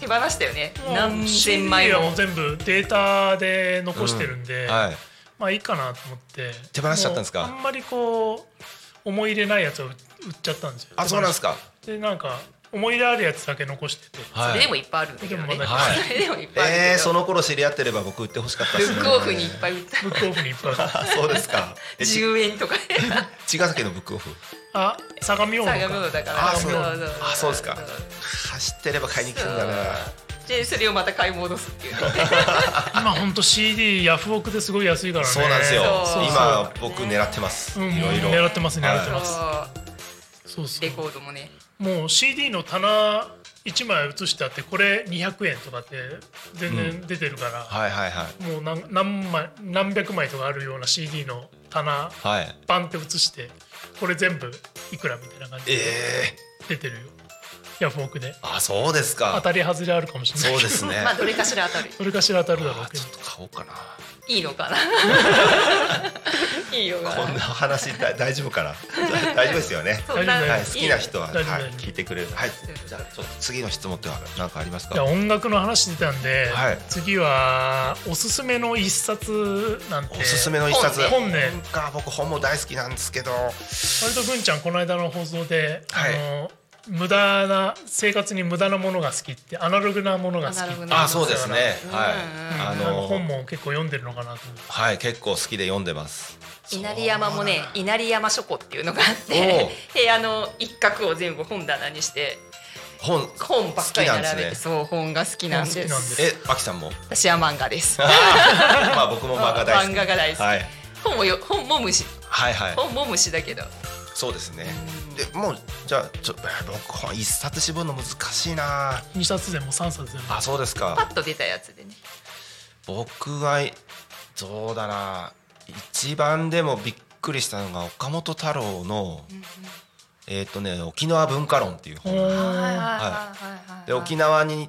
S8: 手放したよね
S7: もう
S8: 何千枚
S7: CD は
S8: も
S7: もう全部データで残してるんで、
S3: はい
S7: まあいいかなと思って
S3: 手放しちゃったんですか
S7: もうあんまりこう思い入れないやつを売っちゃったんですよ
S3: あそうなんです
S7: か
S3: か
S7: でなんか思い入れあるやつだけ残してて
S8: そ
S3: は
S8: れ
S3: い
S8: でもいっぱいあるんだけ
S7: で
S8: どね、
S7: もまだ
S3: はい
S8: それでもいっぱいあるけど、
S3: えー、その頃知り合ってれば僕売ってほしかった
S8: ブ
S3: ですね
S8: ックオフにいっぱい売った
S7: ブックオフにいっぱい あった
S3: あそうですかえち
S8: 10円とかね
S3: 茅ヶ崎のブックオフ
S7: あ相模大野か
S8: 相模のだから
S3: あそうあそうですか
S8: そう
S3: 走ってれば買いに来るんだな
S8: でそれをまた買い戻すっ ていうね
S7: 今ほんと CD ヤフオクですごい安いからね
S3: そうなんですよ
S8: そう
S3: 今僕狙ってます、
S7: うん
S3: いろいろ
S7: 狙ってます狙って
S8: そ
S7: ま
S8: う
S7: そうそ
S8: レ
S7: う
S8: コードもね
S7: もう CD の棚1枚写してあってこれ200円とかって全然出てるから、
S3: はいはいはい
S7: もう何何枚何百枚とかあるような CD の
S3: は
S7: 棚
S3: いはい
S7: バンって写してこれ全部いくらみたいな感じ
S3: え
S7: で
S3: え
S7: 出てるよ、ヤフオク
S3: ー、
S7: で
S3: あそうです
S7: 当
S3: か
S7: たり外れあるかもしれない
S3: そう
S7: け
S3: で
S7: ど
S3: すね
S8: まあどれかしら当 たる
S7: どれかしら当たるだろう
S3: あ
S7: け
S3: ち
S7: ど
S3: ょっと買おうかない
S8: い のかないいよか
S3: こんな話だ大丈夫かな大丈夫ですよね
S8: そん
S7: 大
S8: な
S7: 丈夫
S3: はいい、好きな人は、は
S7: 大
S3: い
S7: 丈夫大丈夫、
S3: 聞いてくれる。はい、じゃあ、ちょっと次の質問っては何かあります
S7: い
S3: か。
S7: や音楽の話出たんで、
S3: はい
S7: 次はおすすめの一冊なんて
S3: おすすめの一冊。
S7: 本ね
S3: 本か、僕本も大好きなんですけど。
S7: 割と文ちゃんこの間の放送で、
S3: はい
S7: あの無駄な生活に無駄なものが好きってアナログなものが好き
S8: アナログな
S3: あ、そうですね。はい。あ
S7: あの
S3: の、
S7: 本も結構読んでるのかなと思って
S3: はい、結構好きで読んでます。
S8: 稲荷山もね稲荷山書庫っていうのがあっ
S3: おう
S8: て部屋の一角を全部本棚にして
S3: 本。
S8: 本ばっかり並べ
S3: 好きなん
S8: て、
S3: です
S8: そう本が好きなんで
S7: 本好きなんですす
S3: え、あきさんも。
S8: 私は漫画です
S3: まあ、僕も漫画大好き。
S8: 漫画が大好き
S3: はい。
S8: 本もよ本も虫
S3: はいはい。
S8: 本も虫だけど
S3: そうですね。で、もう、じゃあ、ちょ、僕本一冊絞るの難しいな。
S7: 2冊でも3冊でも
S3: あ、そうですか
S8: パ。ッと出たやつでね
S3: 僕はそうだな一番でもびっくりしたのが岡本太郎の、えっ、とね「沖縄文化論」っていう本、
S7: おー
S3: で沖縄に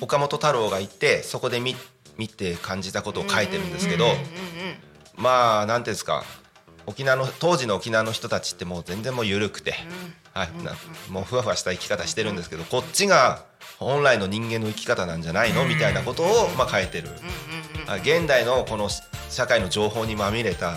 S3: 岡本太郎がいてそこで見見て感じたことを書いてるんですけど、
S8: うんうんうん
S3: まあなんていうんですか沖縄の当時の沖縄の人たちってもう全然もう緩くて、はい、なもうふわふわした生き方してるんですけどこっちが本来の人間の生き方なんじゃないのみたいなことをまあ書いてる、はい現代のこの社会の情報にまみれた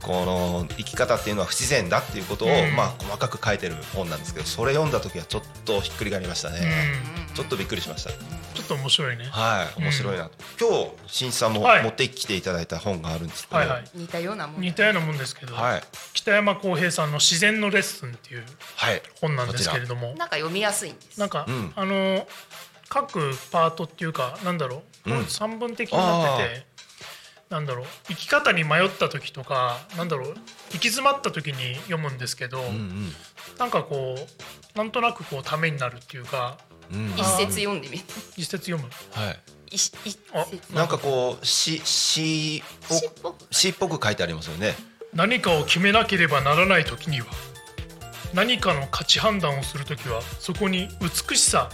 S3: この生き方っていうのは不自然だっていうことを
S7: うん
S3: まあ細かく書いてる本なんですけどそれ読んだ時はちょっとひっくり返りました
S7: うん
S3: ね、ちょっとびっくりしました
S7: ちょっと面白いね。
S3: はい面白いなと、今日新一さんも
S7: はい
S3: 持ってきていただいた本があるんですけど
S7: はいはい。
S8: 似たようなもん
S7: 似たようなもんですけど、
S3: はい
S7: 北山浩平さんの自然のレッスンっていう
S3: はい
S7: 本なんですけれども、
S8: なんか読みやすいんです
S7: なんか、
S3: うん
S7: あの各パートっていうかなんだろう、
S3: うん
S7: 三分的になってて。なんだろう生き方に迷った時とかなんだろう行き詰まった時に読むんですけど、
S3: うん
S7: なんかこうなんとなくこうためになるっていうか
S3: うんうん
S8: 一節読んでみる
S7: 一節読む
S3: はい
S8: 一一節
S7: あ
S3: なんかこう詩詩
S8: 尻
S3: を
S8: 尾
S3: 詩っぽく書いてありますよね。
S7: 何かを決めなければならない時には何かの価値判断をする時はそこに美しさ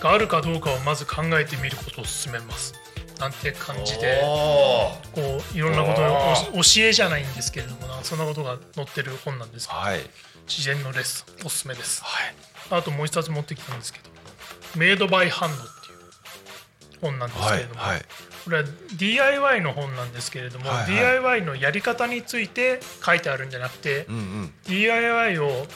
S7: があるかどうかをまず考えてみることを勧めますなんて感じで
S3: おー
S7: こういろんなこと
S3: あ
S7: を教えじゃないんですけれどもなんかそんなことが載ってる本なんです
S3: はい
S7: 自然のレッスンおすすめです、あともう一冊持ってきたんですけど「メイド・バイ・ハンド」っていう本なんですけ
S3: は
S7: れ
S3: い
S7: ども、
S3: はい。
S7: これは DIY の本なんですけれども、
S3: はいはい
S7: DIY のやり方について書いてあるんじゃなくて、
S3: うん
S7: DIY を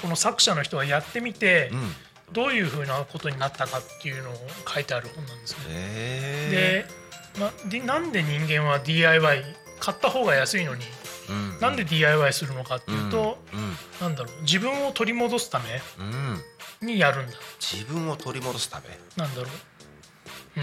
S7: この作者の人がやってみて、
S3: うんうん。
S7: どういうふうなことになったかっていうのを書いてある本なんですね。
S3: え
S7: でなでなんで人間は DIY 買った方が安いのに
S3: え。うん
S7: なんで DIY するのかっていうと、
S3: うん
S7: なんだろう自分を取り戻すため
S3: うん。
S7: にやるんだ
S3: 自分を取り戻すため。
S7: なんだろうう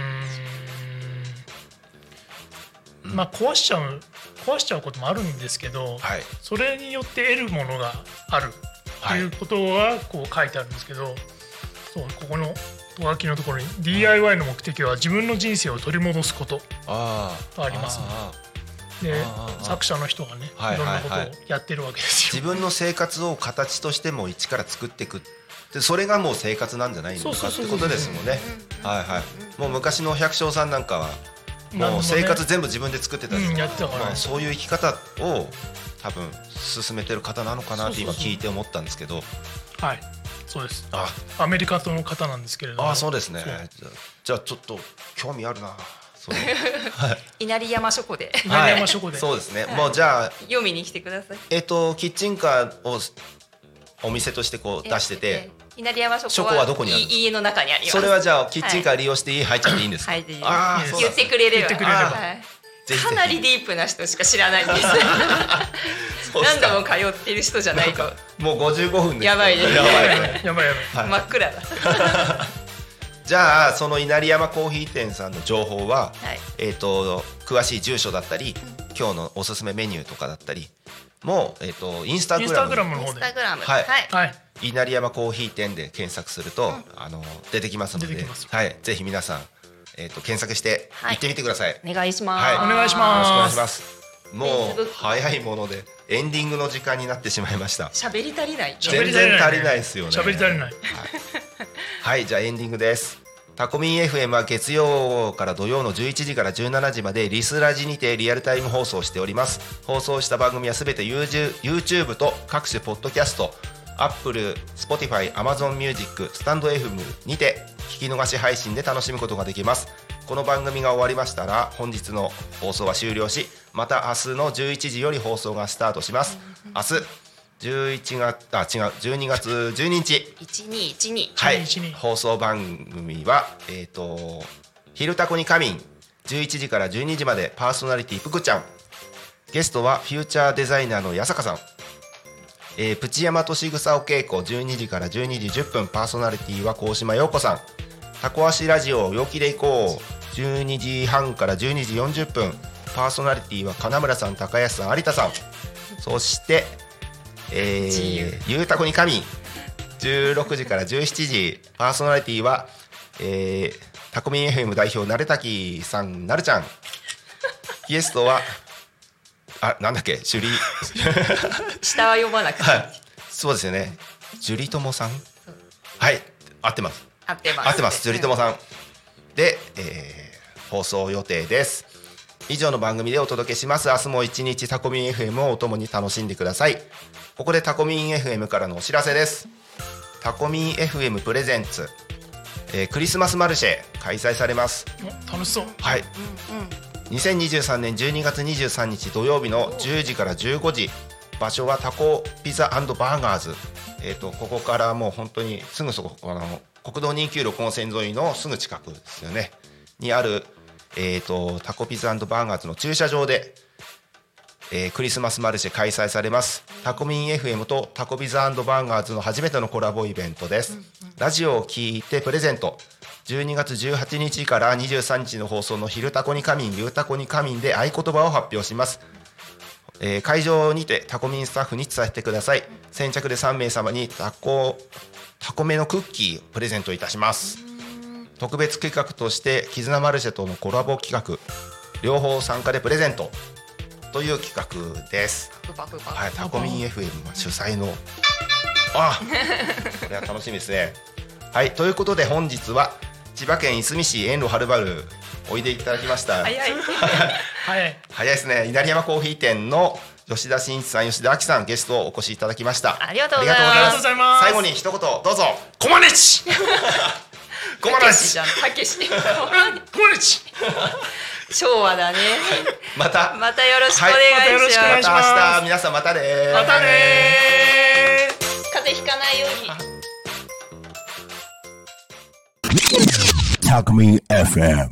S7: ーんまあ壊しちゃう壊しちゃうこともあるんですけど、
S3: はい
S7: それによって得るものがあるって
S3: はい
S7: いうことがこう書いてあるんですけど、そうここのと書きのところに DIY の目的は自分の人生を取り戻すこと
S3: あ
S7: とありますね
S3: あー
S7: で
S3: あーあー
S7: 作者の人がね
S3: はい
S7: いろんなことを
S3: はいはい
S7: やってるわけですよ。
S3: 自分の生活を形としても一から作っていく。でそれがもう生活なんじゃないのかってことですもんね。はいはい。もう昔の百姓さんなんかは
S7: 何
S3: も
S7: も
S3: う
S7: ね
S3: 生活全部自分で作ってたんですけど
S7: うんやってたからね
S3: まあ、そういう生き方を多分進めてる方なのかなって今
S7: そうそうそう
S3: 聞いて思ったんですけど
S7: はいそうです
S3: あ
S7: アメリカの方なんですけれども
S3: ああそうですね
S7: そ
S3: じ
S7: う
S3: ゃあじゃあちょっと興味あるなそれ
S8: 稲荷山書庫で
S7: 稲荷山書庫で
S3: そうですねもうじゃあ
S8: 読みに来てください
S3: えっ、とキッチンカーをお店としてこう出してて
S8: えー稲荷山書庫
S3: 書庫はどこにあるんですか
S8: い家の中にあります
S3: それはじゃあキッチンカー利用していい入っちゃっていいんですか
S8: はいで
S3: ああそう
S8: 言
S3: だ
S8: ってくれれ
S7: 言
S8: ば
S7: ってくれれば
S8: はい
S3: ぜひぜひ
S8: かなりディープな人しか知らないんです
S3: そうです
S8: 何
S3: か
S8: 度も通ってる人じゃないと
S3: もう55分です
S8: やばいですね
S3: やばいね
S7: やばいやばい
S3: はい
S8: 真っ暗だ
S3: じゃあその稲荷山コーヒー店さんの情報は、
S8: はい
S3: えっ、と詳しい住所だったり、今日のおすすめメニューとかだったりもうえっ、とインスタグ
S7: イ
S3: ラム
S7: ンスタグラムの
S8: イン
S7: 方
S8: ス
S7: で
S8: タグラム
S3: はい
S7: はい
S3: 稲荷山コーヒー店で検索すると、あの出てきますの
S7: 出
S3: で
S7: てきます
S3: はいぜひ皆さんえっ、と検索して
S8: はい
S3: 行ってみてください、よ
S8: お願いします、
S3: はい
S7: お願い
S3: ろしく
S7: し
S3: お願
S7: ま
S3: いし
S7: す
S3: ます。も
S8: Facebook
S3: う早いものでエンディングの時間になってしまいました。
S8: 喋り足りない
S7: 喋
S3: 全
S7: り足り
S3: 然
S7: ない
S3: 足りないですよね。
S7: 喋り足りない
S3: はい、じゃあエンディングです。タコミン FM は月曜から土曜の11時から17時までリスラジにてリアルタイム放送しております。放送した番組はすべて YouTube YouTube と各種ポッドキャスト、Apple、Spotify、Amazon Music、スタンド FM にて聞き逃し配信で楽しむことができます。この番組が終わりましたら本日の放送は終了し、また明日の11時より放送がスタートします。明日11月あ違う12月12日。
S8: 一二一二
S3: はい
S7: 11に、
S3: 放送番組は、えっ、と、昼タコに仮眠、11時から12時までパーソナリティ、ぷくちゃん。ゲストはフューチャーデザイナーの八坂さん。えー、プチ山としぐさお稽古、12時から12時10分、パーソナリティは高島陽子さん。タコ足ラジオ、陽気で行こう。12時半から12時40分、パーソナリティは金村さん、高安さん、有田さん。そして、え
S8: 自由
S3: ー、ゆうたこに神16時から17時パーソナリティは、えー、タコミン FM 代表なれたきさんなるちゃんゲストはあなんだっけジュリ
S8: 下は読まなくて
S3: はいそうですよねジュリともさんはい合ってます
S8: 合ってます
S3: 合ってますジュリともさんで、えー放送予定です以上の番組でお届けします明日も一日タコミン FM をお供に楽しんでくださいここでタコミン FM からのお知らせですタコミン FM プレゼンツ、えークリスマスマルシェ開催されます
S7: お楽しそう
S3: はい、2023年12月23日土曜日の10時から15時場所はタコピザバーガーズ、えー、とここからもう本当にすぐそこあの国道296本線沿いのすぐ近くですよねにある、えー、とタコピザバーガーズの駐車場で、えークリスマスマルシェ開催されますタコミン FM とタコピザバーガーズの初めてのコラボイベントです、ラジオを聞いてプレゼント12月18日から23日の放送の「昼タコに仮眠夕タコに仮眠」で合言葉を発表します、えー会場にてタコミンスタッフに伝えてください先着で3名様にタコタコめのクッキーをプレゼントいたします特別企画として「絆マルシェ」とのコラボ企画両方参加でプレゼントという企画です、
S8: ブバブバ
S3: はい、タコミン FM が主催の あこれは楽しみですねはいということで本日は千葉県いすみ市遠路はるばるおいでいただきました
S8: 早い
S7: はい
S3: 早いですね稲荷山コーヒー店の吉田真一さん吉田亜紀さんゲストをお越しいただきました
S8: ありがとうございます
S3: ありがとうございます
S7: あ
S3: 最
S7: りがとうござい
S3: 後に一言
S7: ます
S3: どうぞ
S7: コマネ チ
S3: ごま
S8: た
S3: な
S8: けし
S3: し
S8: じゃんたけし
S7: コマネチ
S8: 昭和だね
S3: また
S8: またよろしくお願
S7: はいまたよろ
S8: いし
S7: しくお願
S8: ま
S7: い
S8: す
S7: し
S3: ま
S7: ます
S3: た明日皆さんまたねー
S7: またねー
S8: 風邪ひかないように
S6: Talk Me FM.